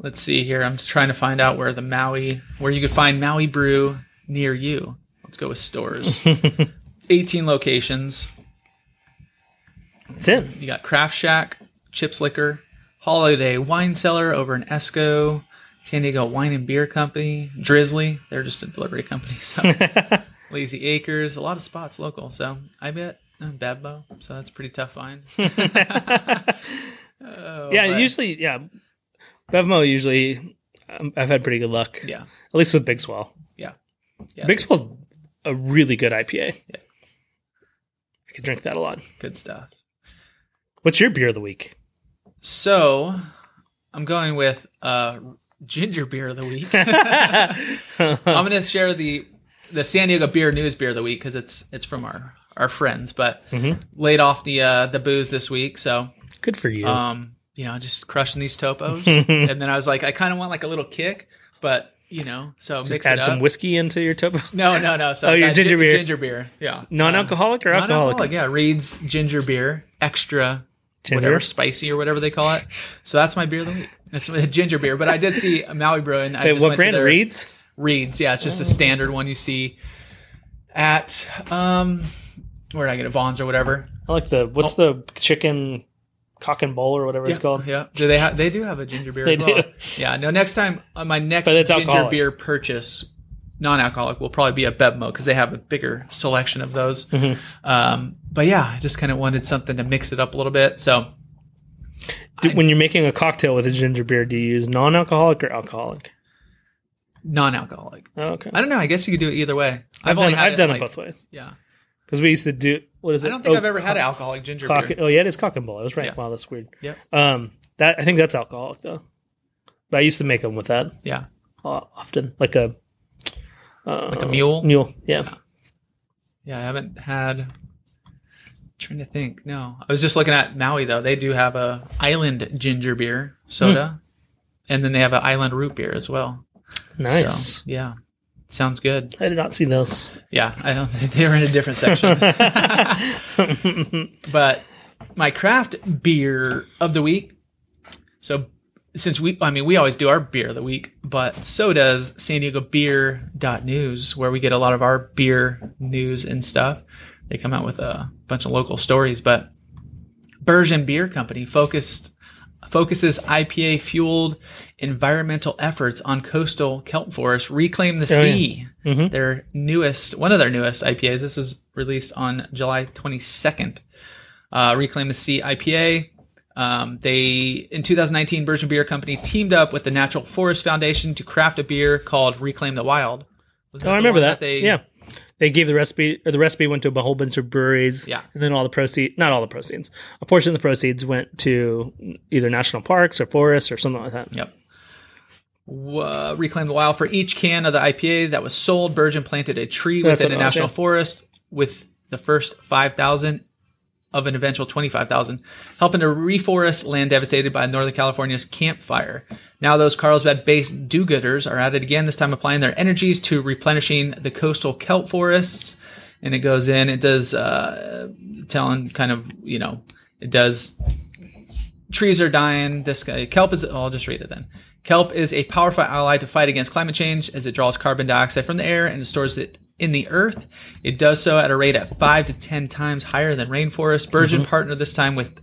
Let's see here. I'm just trying to find out where the Maui, where you could find Maui Brew near you. Let's go with stores. 18 locations. that's it. You got Craft Shack, Chips Liquor, Holiday Wine Cellar over in Esco, San Diego Wine and Beer Company, Drizzly. They're just a delivery company. So Lazy Acres, a lot of spots local. So I bet uh, Babbo. So that's pretty tough find. Oh, yeah, but- usually, yeah. Bevmo usually, uh, I'm, I've had pretty good luck. Yeah. At least with Big Swell. Yeah. Yeah. Big Swell's a really good IPA. Yeah. I could drink that a lot. Good stuff. What's your beer of the week? So I'm going with uh, ginger beer of the week. I'm going to share the the San Diego beer news beer of the week because it's it's from our our friends, but Mm-hmm. laid off the uh, the booze this week, so Good for you. um, you know, just crushing these topos. and then I was like, I kind of want like a little kick, but you know, so mix Just add it some up. Uh, whiskey into your topo. no, no, no. So Oh, I your got ginger gin- beer. Ginger beer. Yeah. Non-alcoholic or alcoholic? Non-alcoholic, Yeah, Reed's ginger beer, extra Ginger? whatever spicy or whatever they call it. So that's my beer of the week. That's my ginger beer. But I did see a Maui Brewing. I Wait, just what went to brand? their- Reeds? Reed's. Yeah, it's just a standard one you see at um where did I get it? Vaughn's or whatever. I like the what's the chicken cock and bowl or whatever it's called. Oh. Yeah. Do they have they do have a ginger beer They as well. do. Yeah. No, next time on my next But it's ginger alcoholic. beer purchase, non alcoholic will probably be a Bevmo because they have a bigger selection of those. Mm-hmm. Um but yeah, I just kinda wanted something to mix it up a little bit. So Do, when you're making a cocktail with a ginger beer, do you use non-alcoholic or alcoholic? non alcoholic. Oh, okay, I don't know, I guess you could do it either way. I've, done, only had I've it, done like- it both ways Yeah. because we used to do what is I it? don't think Oh, I've ever had an alcoholic ginger cock- beer. Oh yeah, it is cock and bowl. I was right. Yeah. Wow, that's weird. Yep. Um, that I think that's alcoholic though. But I used to make them with that Yeah. uh, often, like a uh, Like a mule? Mule, yeah. Yeah, I haven't had. Trying to think. No, I was just looking at Maui though. They do have a island ginger beer Hmm. soda, and then they have an island root beer as well. So, Nice. yeah, sounds good. I did not see those. Yeah, I don't. think They were in a different section. but my craft beer of the week. So since we, I mean, we always do our beer of the week, but so does San Diego Beer News, where we get a lot of our beer news and stuff. They come out with a bunch of local stories, but Bergen Beer Company focused focuses IPA fueled environmental efforts on coastal kelp forests, reclaim the Oh, yeah. sea. Their newest, one of their newest IPAs. This was released on July 22nd. Uh, reclaim the sea IPA. Um, they in 2019, Bergen Beer Company teamed up with the Natural Forest Foundation to craft a beer called Reclaim the Wild. Wasn't Oh, I that the remember one that. they- yeah. They gave the recipe, or the recipe went to a whole bunch of breweries. Yeah. And then all the proceeds, not all the proceeds, a portion of the proceeds went to either national parks or forests or something like that. Yep. W- Uh, Reclaim the Wild. For each can of the IPA that was sold, Bergen planted a tree That's within a what I was, national yeah. forest with the first 5,000 of an eventual 25,000, helping to reforest land devastated by Northern California's campfire. Now, those Carlsbad based do gooders are at it again, this time applying their energies to replenishing the coastal kelp forests. And it goes in, it does uh, telling kind of, you know, it does trees are dying. This guy, kelp is. Oh, I'll just read it then. Kelp is a powerful ally to fight against climate change as it draws carbon dioxide from the air and stores it in the earth. It does so at a rate at five to ten times higher than rainforest. Bergen partnered this time with,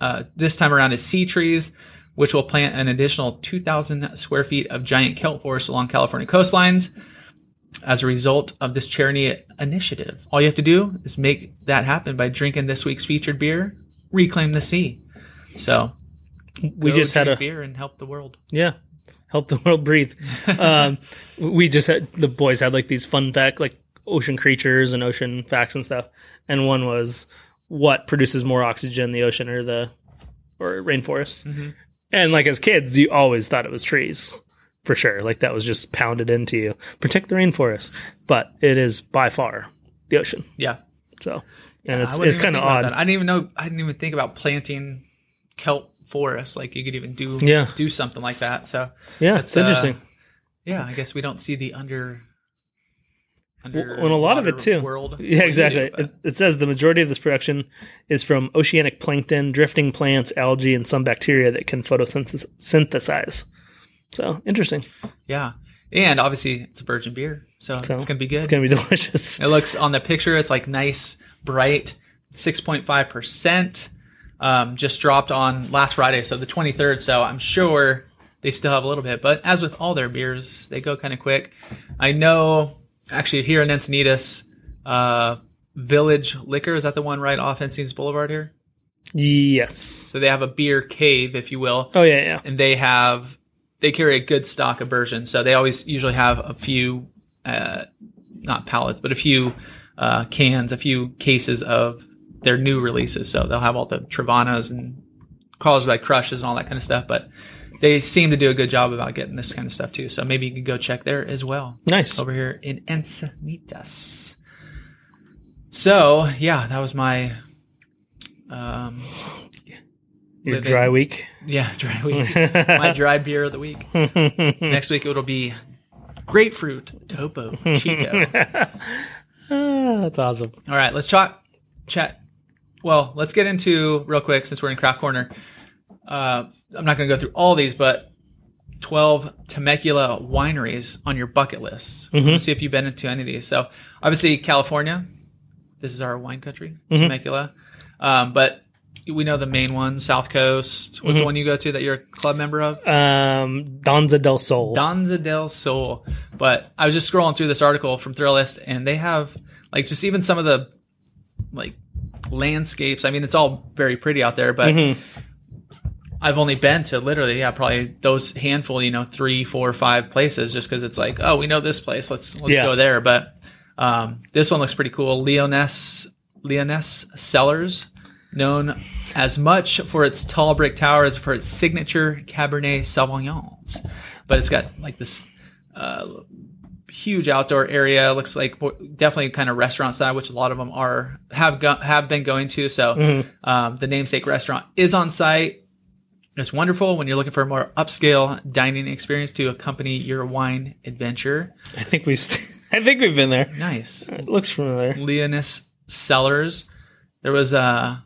uh, this time around is sea trees, which will plant an additional two thousand square feet of giant kelp forests along California coastlines as a result of this charity initiative. All you have to do is make that happen by drinking this week's featured beer, Reclaim the Sea. So We go just had drink a, beer and help the world. yeah, help the world breathe. um, we just had, the boys had like these fun fact, like ocean creatures and ocean facts and stuff. And one was what produces more oxygen, the ocean or the, or rainforest. Mm-hmm. And like as kids, you always thought it was trees for sure. Like that was just pounded into you. Protect the rainforest, but it is by far the ocean. Yeah, So, and I it's wouldn't it's even kind of think odd. about that. I didn't even know. I didn't even think about planting kelp forests. Like you could even do Yeah. do something like that. So Yeah, it's uh, interesting. yeah, I guess we don't see the under. Well, and a lot of it underwater too. World like yeah, you exactly. do, but- it, it says the majority of this production is from oceanic plankton, drifting plants, algae, and some bacteria that can photosynthesize. So interesting. yeah, and obviously it's a virgin beer, so, it's gonna be good. It's gonna be delicious. It looks on the picture, it's like nice, bright, 6.5%. Um, just dropped on last Friday, so the 23rd. So I'm sure they still have a little bit. But as with all their beers, they go kind of quick. I know, actually, here in Encinitas, uh, Village Liquor, is that the one right off Encinitas Boulevard here? Yes. So they have a beer cave, if you will Oh yeah, yeah. and they have they carry a good stock of versions, so they always usually have a few, uh, not pallets, but a few uh, cans, a few cases of their new releases. So they'll have all the Travanas and Carlsbad Crushes and all that kind of stuff. But they seem to do a good job about getting this kind of stuff too. So maybe you can go check there as well Nice. over here in Encinitas. So yeah, that was my um Your living- dry week. yeah dry week. my dry beer of the week. Next week it'll be grapefruit topo chico. Ah, that's awesome. All right, let's chat. Chat. Well, let's get into real quick since we're in craft corner. Uh, I'm not going to go through all these, but 12 Temecula wineries on your bucket list. Let me see if you've been into any of these. So, obviously, California. This is our wine country, Temecula. Um, but we know the main one, South Coast. What's the one you go to that you're a club member of? Um, Donza del Sol. Danza del Sol. But I was just scrolling through this article from Thrillist, and they have like just even some of the like landscapes. I mean, it's all very pretty out there, but I've only been to literally, yeah, probably those handful, you know, three, four, five places, just because it's like, oh, we know this place, let's let's Yeah. go there. But um, this one looks pretty cool, Leoness Leoness Cellars. Known as much for its tall brick tower as for its signature Cabernet Sauvignons but it's got like this uh, huge outdoor area. Looks like more- definitely kind of restaurant style, which a lot of them are have go- have been going to. So um, the namesake restaurant is on site. It's wonderful when you're looking for a more upscale dining experience to accompany your wine adventure. I think we've. I think we've been there. Nice, It looks familiar. Leonis Cellars. There was a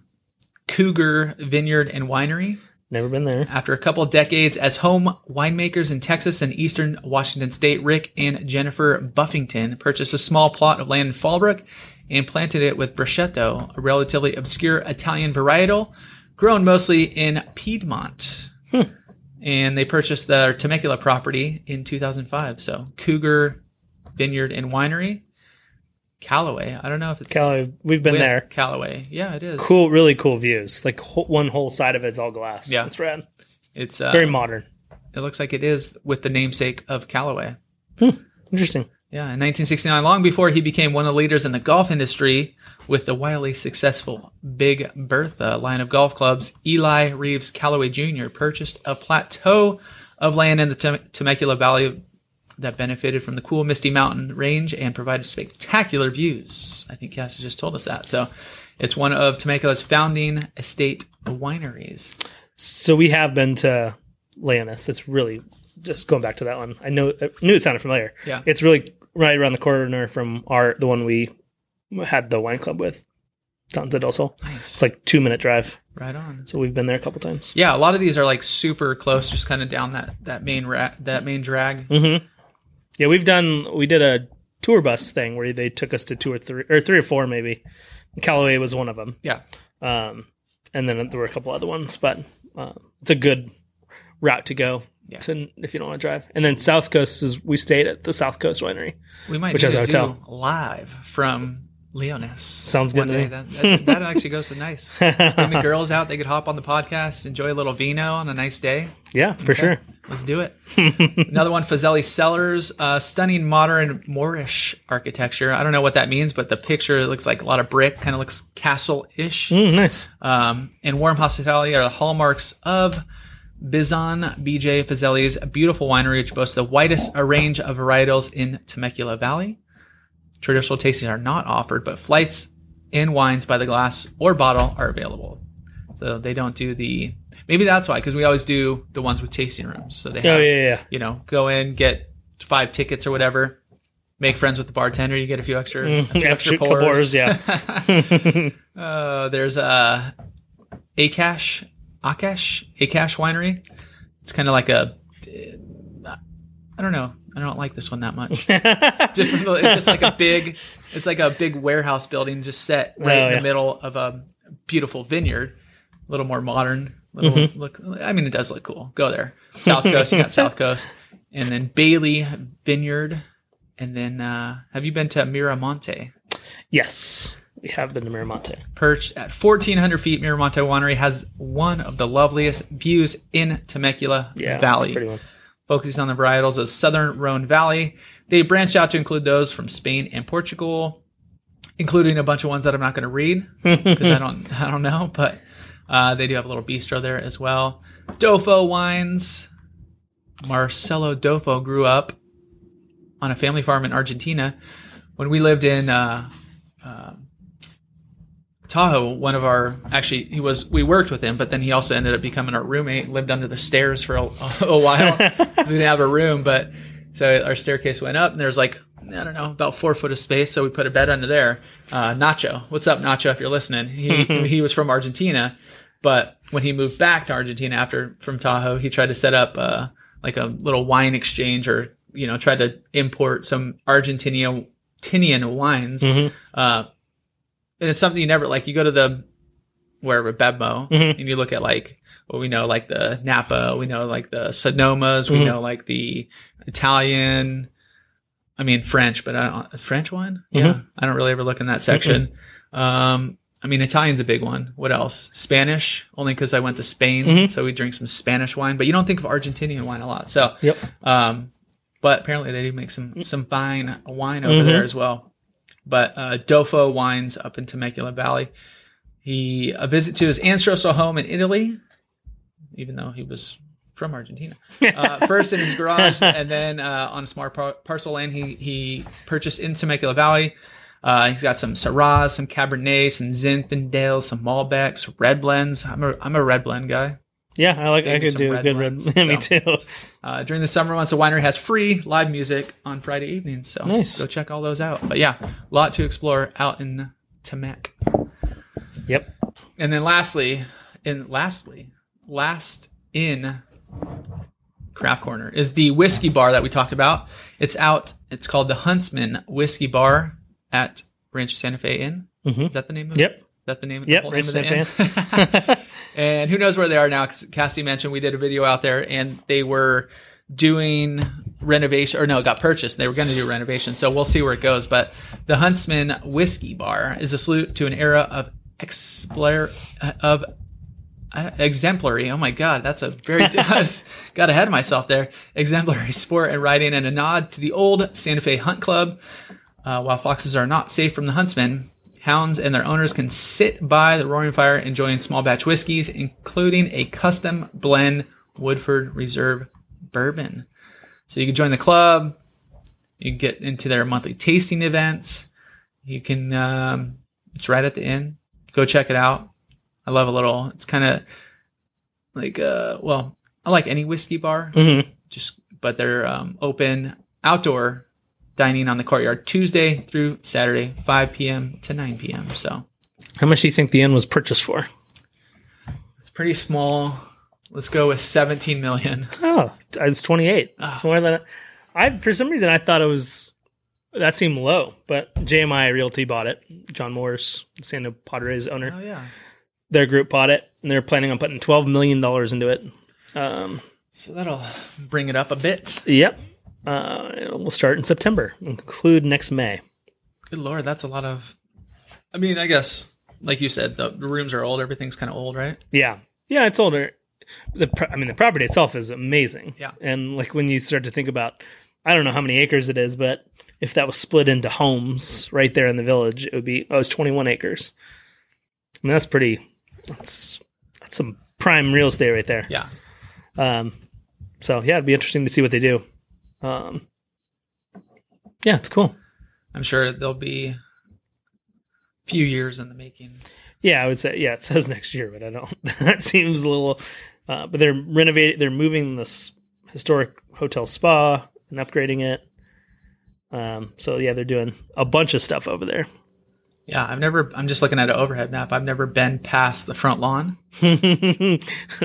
Cougar Vineyard and Winery. Never been there. After a couple decades as home winemakers in Texas and eastern Washington state, Rick and Jennifer Buffington purchased a small plot of land in Fallbrook and planted it with Brichetto, a relatively obscure Italian varietal grown mostly in Piedmont. Hmm. And they purchased their Temecula property in 2005. So Cougar Vineyard and Winery, Callaway. I don't know if it's Cali, we've been with there. Callaway. Yeah, it is. Cool, really cool views. Like whole, one whole side of it's all glass. Yeah. it's rad. It's uh, Very modern. It looks like it is with the namesake of Callaway. Interesting. Yeah, in 1969, long before he became one of the leaders in the golf industry with the wildly successful Big Bertha line of golf clubs, Eli Reeves Callaway Jr. purchased a plateau of land in the Tem- Temecula Valley that benefited from the cool Misty Mountain range and provided spectacular views. I think Cass just told us that. So it's one of Temecula's founding estate wineries. So we have been to Leonis. It's really just going back to that one. I know I knew it sounded familiar. Yeah. it's really right around the corner from our the one we had the wine club with, Donza del Sol. Nice. It's like two minute drive. right on. So we've been there a couple times. Yeah, a lot of these are like super close, just kind of down that that main ra- that main drag. Mm-hmm. Yeah, we've done. We did a tour bus thing where they took us to two or three or three or four maybe. Callaway was one of them. Yeah, Um, and then there were a couple other ones, but uh, it's a good route to go Yeah. to if you don't want to drive. And then South Coast is we stayed at the South Coast Winery. we might Which need has to a hotel. do live from Leonis. Sounds one good to day. me. That, that, that actually goes with nice. Bring the girls out; they could hop on the podcast, enjoy a little vino on a nice day. Yeah, for sure. Let's do it. Another one, Fazeli Cellars, uh, stunning modern Moorish architecture. I don't know what that means, but the picture looks like a lot of brick, kind of looks castle-ish. Mm, nice. um, and warm hospitality are the hallmarks of Bizon BJ Fazeli's beautiful winery, which boasts the widest a range of varietals in Temecula Valley. Traditional tastings are not offered, but flights and wines by the glass or bottle are available. So they don't do the maybe that's why because we always do the ones with tasting rooms. So they Oh have, yeah, yeah, yeah. you know go in get five tickets or whatever, make friends with the bartender, you get a few extra, a few Extra pours, yeah. uh, there's a Akash, Akash, Akash Winery. It's kind of like a, I don't know, I don't like this one that much. just from the- it's just like a big, it's like a big warehouse building just set right Oh, in the yeah. middle of a beautiful vineyard. A little more modern. Little Mm-hmm. look. I mean, it does look cool. Go there, South Coast. You got South Coast, and then Bailey Vineyard, and then uh, have you been to Miramonte? Yes, we have been to Miramonte. Perched at 1,400 feet, Miramonte Winery has one of the loveliest views in Temecula Yeah, that's a Valley. pretty one. focusing on the varietals of Southern Rhone Valley. They branch out to include those from Spain and Portugal, including a bunch of ones that I'm not going to read because I don't I don't know, but uh, they do have a little bistro there as well. Dofo wines. Marcelo Dofo grew up on a family farm in Argentina. When we lived in uh, Tahoe, one of our actually he was we worked with him, but then he also ended up becoming our roommate. Lived under the stairs for a, a while 'cause we didn't have a room, but so our staircase went up and there's like I don't know about four foot of space, so we put a bed under there. Uh, Nacho, what's up, Nacho? If you're listening, he he was from Argentina, but when he moved back to Argentina after from Tahoe, he tried to set up uh, like a little wine exchange or you know tried to import some Argentinian Tinian wines. Mm-hmm. Uh, and it's something you never like. You go to the wherever Bevmo, and you look at like what we know, like the Napa, we know like the Sonomas, we know like the Italian. I mean French, but I don't French wine. Yeah, I don't really ever look in that section. Um, I mean Italian's a big one. What else? Spanish, only because I went to Spain, so we drink some Spanish wine. But you don't think of Argentinian wine a lot. So Yep. um, but apparently they do make some some fine wine over there as well. But uh, Dofo wines up in Temecula Valley. He a visit to his ancestral home in Italy, even though he was from Argentina. Uh, first in his garage, and then uh, on a small par- parcel land he he purchased in Temecula Valley. Uh, he's got some Syrahs, some Cabernet, some Zinfandels, some Malbecs, red blends. I'm a I'm a red blend guy. Yeah, I like. I Maybe could some do a red good wines, red. Me so. too. Uh, during the summer once the winery has free live music on Friday evenings. So Nice. go check all those out. But yeah, a lot to explore out in Temec. Yep. And then lastly, and lastly, last in Craft Corner is the whiskey bar that we talked about. It's out. It's called the Huntsman Whiskey Bar at Rancho Santa Fe Inn. Is that the name of Mm-hmm. it? Yep. Is that the name? Yep, the whole name of Rancho the Santa inn? and who knows where they are now? 'cause Cassie mentioned we did a video out there, and they were doing renovation, or no, it got purchased. They were going to do renovation, so we'll see where it goes. But the Huntsman Whiskey Bar is a salute to an era of explar- of uh, exemplary. Oh my God, that's a very I just got ahead of myself there. Exemplary sport and riding, and a nod to the old Santa Fe Hunt Club. Uh, while foxes are not safe from the huntsman, hounds and their owners can sit by the roaring fire enjoying small batch whiskeys, including a custom blend Woodford Reserve bourbon. So you can join the club, you can get into their monthly tasting events. You can, um, it's right at the inn. Go check it out. I love a little, it's kind of like, uh, well, I like any whiskey bar, Mhm. just, but they're um, open outdoor dining on the courtyard Tuesday through Saturday, 5 p.m. to 9 p.m. So How much do you think the inn was purchased for? it's pretty small. Let's go with 17 million. Oh, it's 28. It's more than I for some reason I thought it was that seemed low, but JMI Realty bought it. John Morris, Santa Padres owner. Oh, yeah. Their group bought it and they're planning on putting 12 million dollars into it. So that'll bring it up a bit. Yep. Uh, it will start in September and conclude next May. Good lord, that's a lot of. I mean, I guess like you said, the the rooms are old. Everything's kind of old, right? Yeah. Yeah, it's older. The pro- I mean the property itself is amazing. Yeah. And like when you start to think about I don't know how many acres it is, but if that was split into homes right there in the village, it would be oh, it's 21 acres. I mean that's pretty that's that's some prime real estate right there. Yeah. Um so yeah, it'd be interesting to see what they do. Um Yeah, it's cool. I'm sure there'll be few years in the making. Yeah, I would say yeah. It says next year, but I don't. that seems a little. Uh, but they're renovating. They're moving this historic hotel spa and upgrading it. Um, so yeah, they're doing a bunch of stuff over there. Yeah, I've never. I'm just looking at an overhead map. I've never been past the front lawn. they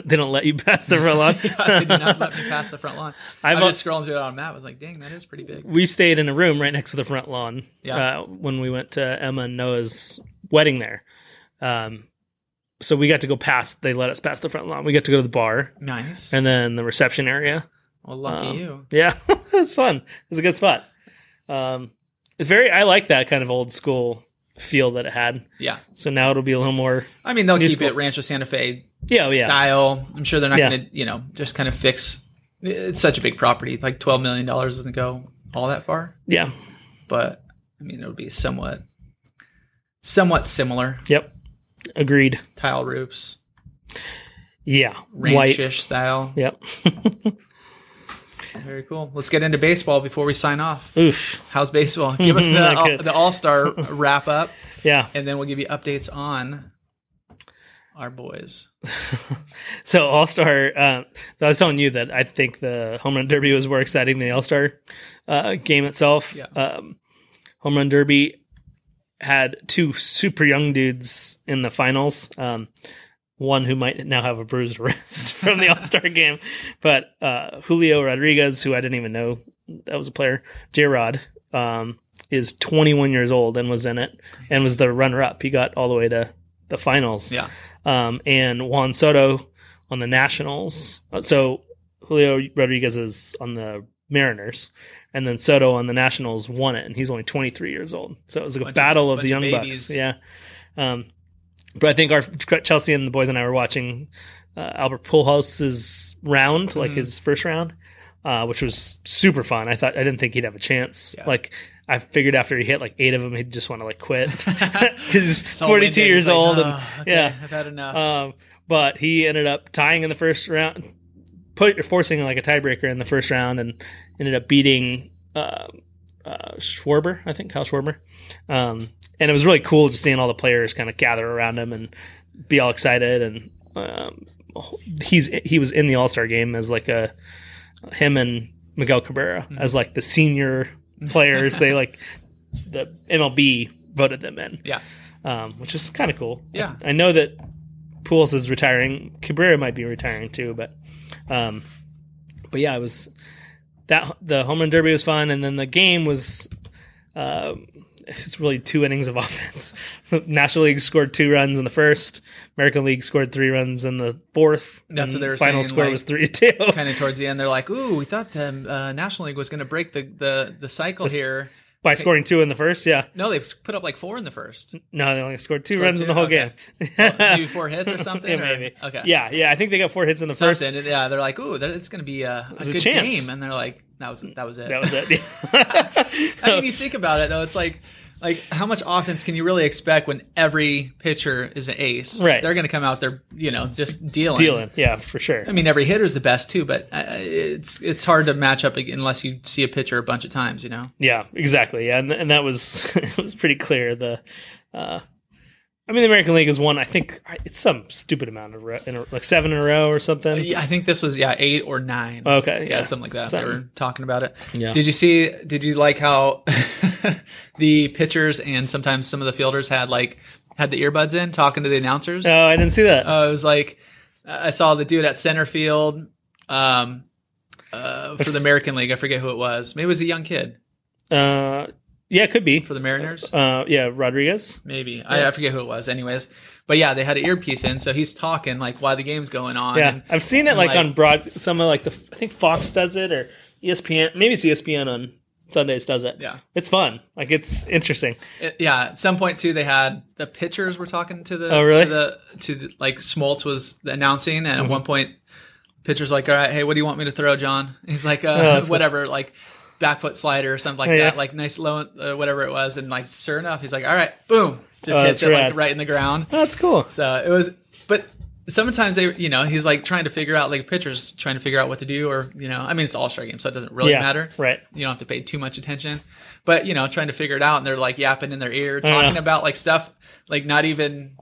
don't let you pass the real on. they did not let me pass the front lawn. I've I'm al- just scrolling through it on a map. I was like, dang, that is pretty big. we stayed in a room right next to the front lawn Yeah. uh, when we went to Emma and Noah's wedding there. Um, so we got to go past. They let us pass the front lawn. We got to go to the bar Nice. and then the reception area. well, lucky Um, you. Yeah, it was fun. It was a good spot. Um, it's very. I like that kind of old school feel that it had. Yeah. So now it'll be a little more. I mean, they'll New keep school. it Rancho Santa Fe Yeah, oh, yeah, style. I'm sure they're not Yeah. going to, you know, just kind of fix it's such a big property. Like twelve million dollars doesn't go all that far, Yeah. but I mean it would be somewhat, somewhat similar. Yep. Agreed. Tile roofs, Yeah. ranchish White. style. Yep. Very cool. Let's get into baseball before we sign off. Oof. How's baseball? Give us the Not all, good. the All Star wrap up, Yeah. and then we'll give you updates on our boys. So All Star. Uh, so I was telling you that I think the Home Run Derby was more exciting than the All Star uh, game itself. Yeah. Um, home Run Derby had two super young dudes in the finals. Um, one who might now have a bruised wrist from the All Star game, but uh, Julio Rodriguez, who I didn't even know that was a player, J Rod, um, is 21 years old and was in it and was the runner up. He got all the way to the finals Yeah, um, and Juan Soto on the Nationals. Uh, So Julio Rodriguez is on the Mariners, and then Soto on the Nationals won it, and he's only 23 years old. So it was like a Bunch of- battle of, the young bunch of bucks. babies. Yeah. Um, but I think our Chelsea and the boys and I were watching uh, Albert Pujols' round, like Mhm. his first round, uh, which was super fun. I thought I didn't think he'd have a chance. Yeah. Like I figured after he hit like eight of them, he'd just want to like quit because he's It's all 42 winded. years It's like, old and "Oh, okay, yeah. I've had enough. um, but he ended up tying in the first round, put forcing like a tiebreaker in the first round, and ended up beating uh, uh, Schwarber, I think Kyle Schwarber. Um, and it was really cool just seeing all the players kind of gather around him and be all excited. And um, he's he was in the All Star game as like a him and Miguel Cabrera Mm-hmm. as like the senior players. they like the MLB voted them in yeah, um, which is kind of cool. Yeah. I, I know that Pools is retiring. Cabrera might be retiring too, but um, but yeah, it was that the home run derby was fun, and then the game was. Um, it's really two innings of offense. National League scored two runs in the first. American League scored three runs in the fourth. and That's what they were Final saying, score like, was three to two. kind of towards the end, they're like, "Ooh, we thought the uh, National League was going to break the the the cycle here." By scoring two in the first, yeah. No, they put up like four in the first. No, they only scored two Scored runs two? in the whole Okay. Oh, game. Maybe four hits or something. yeah, or- maybe. Okay. Yeah, yeah. I think they got four hits in the First, first. yeah, they're like, "Ooh, that, it's going to be a, a was a good chance. game," and they're like, "That was that was it." That was it. I mean, you think about it though, it's like like how much offense can you really expect when every pitcher is an ace? Right. They're going to come out there, you know, just dealing. Dealing, yeah, for sure. I mean, every hitter's the best too, but uh, it's it's hard to match up ag- unless you see a pitcher a bunch of times, you know. Yeah, exactly. Yeah, and and that was it was pretty clear. The, uh, I mean, the American League has won. I think I- it's some stupid amount of ro- in a, like seven in a row or something. Yeah, I think this was yeah eight or nine. Okay, yeah, Oh, yeah. something like that. Something. They were talking about it. Yeah. Did you see? Did you like how the pitchers and sometimes some of the fielders had like had the earbuds in talking to the announcers? No, Oh, I didn't see that. Uh, it was like I saw the dude at center field um, uh, for the American League. I forget who it was. Maybe it was a young kid Uh, yeah, it could be. for the Mariners. Uh, yeah, Rodriguez. Maybe I, I forget who it was. Anyways, but yeah, they had an earpiece in, so he's talking like while the game's going on. Yeah, And I've seen it and, like, like- on broad. Some of like the I think Fox does it or E ESPN. Maybe it's ESPN on Sundays does it. Yeah. it's fun. Like it's interesting. it- yeah, at some point too, they had the pitchers were talking to the Oh, really? Mm-hmm. to the to the, like Smoltz was announcing, and at one point, pitchers like, all right, hey, what do you want me to throw, John? He's like, uh, Oh, that's Oh, whatever, like back foot slider or something like Yeah. that, like nice low, uh, whatever it was, and like sure enough, he's like, all right, boom, just Oh, hits that's it like rad. right in the ground. Oh, that's cool. So it was, but sometimes they, you know, he's like trying to figure out, like pitchers trying to figure out what to do, or you know, I mean, it's all star game, so it doesn't really Yeah, matter, right. You don't have to pay too much attention, but you know, trying to figure it out, and they're like yapping in their ear, talking about like stuff, like not even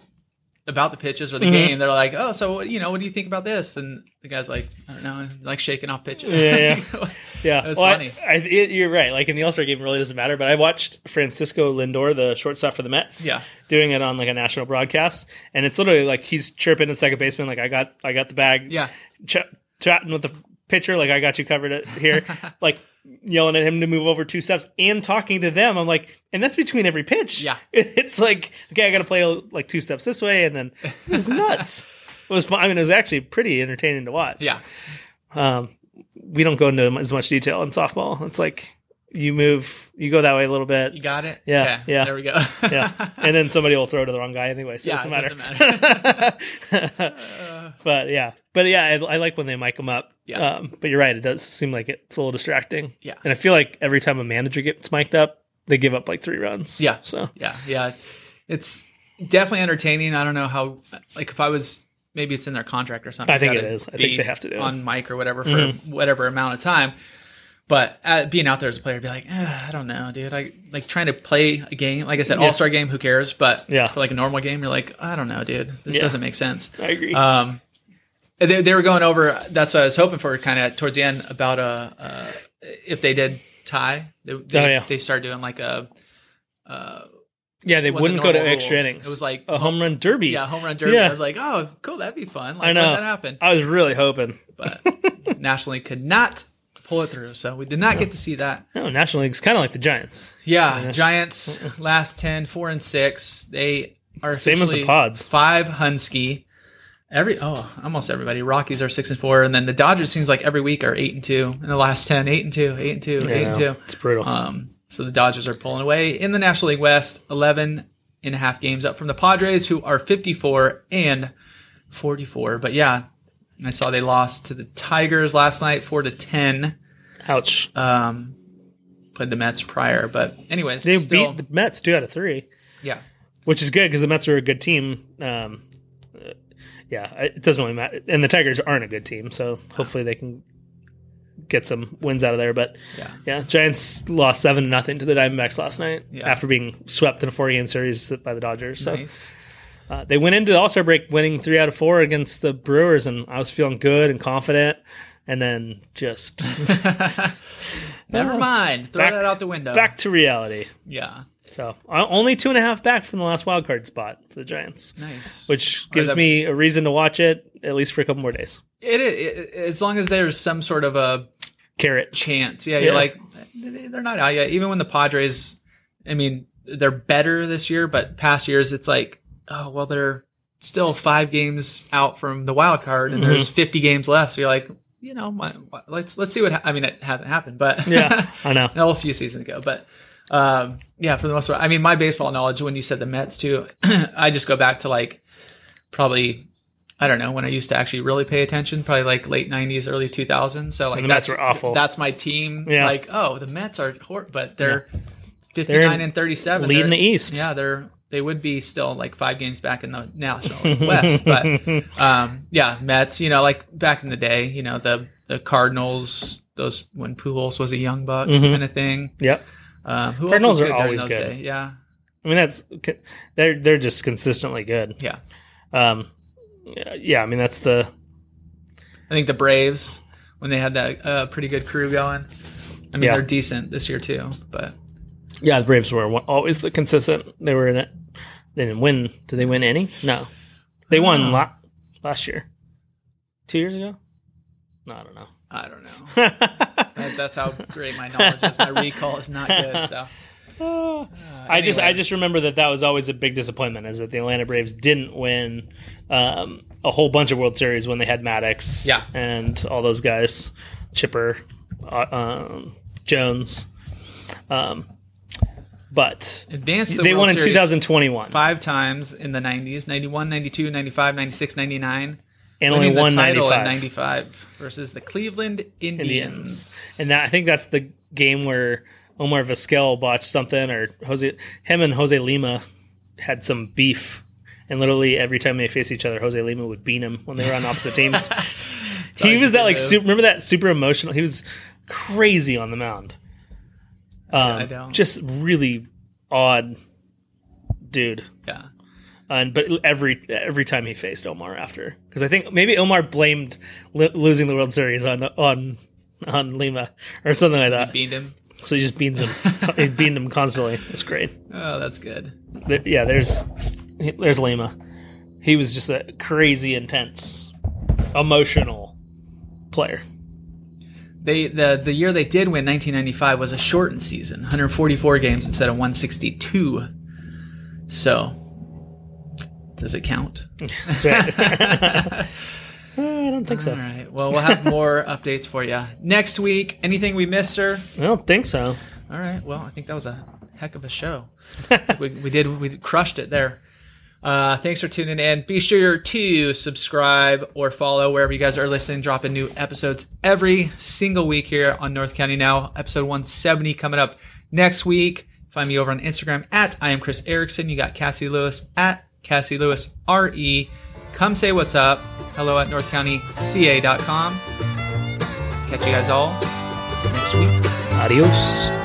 about the pitches or the Mm-hmm. game. They're like, oh, so what, you know, what do you think about this? And the guy's like, I don't know, and, like shaking off pitches. Yeah, Yeah, It was I- funny. I, it- you're right. Like in the All Star game, it really doesn't matter. But I watched Francisco Lindor, the shortstop for the Mets, Yeah. doing it on like a national broadcast, and it's literally like he's chirping in second baseman, like I got, I got the bag, Yeah. ch- chatting with the pitcher, like I got you covered it here, like yelling at him to move over two steps and talking to them. I'm like, and that's between every pitch. Yeah. it's like okay, I got to play like two steps this way, and then it was nuts. it was fun. I mean, it was actually pretty entertaining to watch yeah. um, we don't go into as much detail in softball. It's like you move, you go that way a little bit. You got it? Yeah, Okay, yeah. There we go. yeah, and then somebody will throw to the wrong guy anyway, so Yeah, it it doesn't doesn't Uh. matter. but yeah, but yeah, I, I like when they mic them up. Yeah. Um, but you're right; it does seem like it's a little distracting. Yeah. and I feel like every time a manager gets mic'd up, they give up like three runs. Yeah. So yeah, yeah. It's definitely entertaining. I don't know how, like, if I was, maybe it's in their contract or something. I think You it gotta is. I be think they have to do it. Mm-hmm. on mic or whatever for whatever amount of time. But uh, being out there as a player, I'd be like, "Ah, I don't know, dude. I like trying to play a game, like I said, Yeah. All Star game. Who cares? But Yeah. for like a normal game, you're like, I don't know, dude. This Yeah. doesn't make sense. I agree. Um, they, they were going over. That's what I was hoping for, kind of towards the end about uh, uh if they did tie, they they, Oh, yeah. they start doing like a yeah, they wasn't wouldn't go to normal extra rules. innings. It was like- a home run derby. yeah home run derby. Yeah. I was like, oh, cool, that'd be fun. Like, I know let that happened. I was really hoping. But nationally could not pull it through, so we did not get to see that. No, Oh, National League's kind of like the Giants. Yeah, Giants last 10, 4 and 6. They are Same as the officially Pods. 5 Hunsky. Every oh, almost everybody. Rockies are 6 and 4 and then the Dodgers seems like every week are 8 and 2 in the last 10, 8 and 2, 8 and 2, 8 You and know, 2. It's brutal. Um so the Dodgers are pulling away in the National League West, 11 and a half games up from the Padres who are 54 and 44. But yeah, I saw they lost to the Tigers last night 4 to 10. Ouch. Um played the Mets prior, but anyways, they still, beat the Mets two out of three. yeah. which is good because the Mets are a good team. Um, uh, yeah, I- it doesn't really matter, and the Tigers aren't a good team, so hopefully they can get some wins out of there. But Yeah. yeah, Giants lost seven nothing to the Diamondbacks last night Yeah. after being swept in a four game series by the Dodgers. So Nice. uh, they went into the All Star break winning three out of four against the Brewers, and I was feeling good and confident, and then just Never Oh. mind. Throw Back- that out the window. back to reality. Yeah. So uh, only two and a half back from the last wild card spot for the Giants. Nice. which Or gives the- me a reason to watch it at least for a couple more days. it, it, it- as long as there's some sort of a Carrot. chance. Yeah, you're Yeah. like "They- they're not out yet. Even when the Padres, I mean, they're better this year, but past years it's like, oh well, they're still five games out from the wild card, and there's 50 games left. So you're like, you know, my, let's let's see what. Ha- I mean, it hasn't happened, but Yeah, I know. a few seasons ago, but um, yeah, for the most part, I mean, my baseball knowledge when you said the Mets too, I just go back to like probably I don't know when I used to actually really pay attention, probably like late '90s, early 2000s. So like the Mets that's- were awful. That's my team. Yeah. Like oh, the Mets are hor- but they're 59 They're in- and 37, leading They're- the East. Yeah, they're they would be still like five games back in the National West, but um, yeah, Mets. You know, like back in the day, you know the the Cardinals. Those when Pujols was a young buck kind of thing. Yep. Um, who Mm-hmm. Cardinals else was are good during always those good. days? Yeah, I mean that's they're they're just consistently good. yeah. Um, yeah, I mean that's the I think the Braves when they had that uh, pretty good crew going. I mean, Yeah. they're decent this year too, but yeah the Braves were one- always the consistent. They were in it. They didn't win. Did they win any? No, they won la- last year, two years ago. No, I don't know. I don't know. That- that's how great my knowledge is. My recall is not good. So Ah. uh, I just I anyways. just remember that that was always a big disappointment is that the Atlanta Braves didn't win um, a whole bunch of World Series when they had Maddox Yeah. and all those guys, Chipper, uh, um, Jones, um, but advanced. to the they World won in Series 2021 five times in the 90s 91 92 95 96 99 and only winning the won title in 95 95 versus the cleveland indians, Indians, and that, I think that's the game where Omar Vizquel botched something or Jose him and Jose Lima had some beef. And literally every time they faced each other, Jose Lima would beat him when they were on opposite teams. he always a was that good like move. super, remember that super emotional. He was crazy on the mound. Um, I don't. Just really odd dude. yeah And Uh, but every every time he faced Omar after, because I think maybe Omar blamed li- losing the World Series on on on Lima or something like that. beat him So he just beans him. he beamed him constantly. That's great. oh that's good But yeah, there's there's Lima. He was just a crazy, intense, emotional player. they the the year they did win 1995 was a shortened season 144 games instead of 162 so does it count That's right. Uh, I don't think so. all right well we'll have more updates for you next week anything we missed sir I don't think so. all All right. Well, I think that was a heck of a show. we, we did. We crushed it there. Uh, thanks for tuning in. Be sure to subscribe or follow wherever you guys are listening. Dropping new episodes every single week here on North County Now. Episode 170 coming up next week. Find me over on Instagram at I am Chris Erickson. You got Cassie Lewis at Cassie Lewis RE. Come say what's up. Hello at northcountyca.com. Catch you guys all next week. Adios.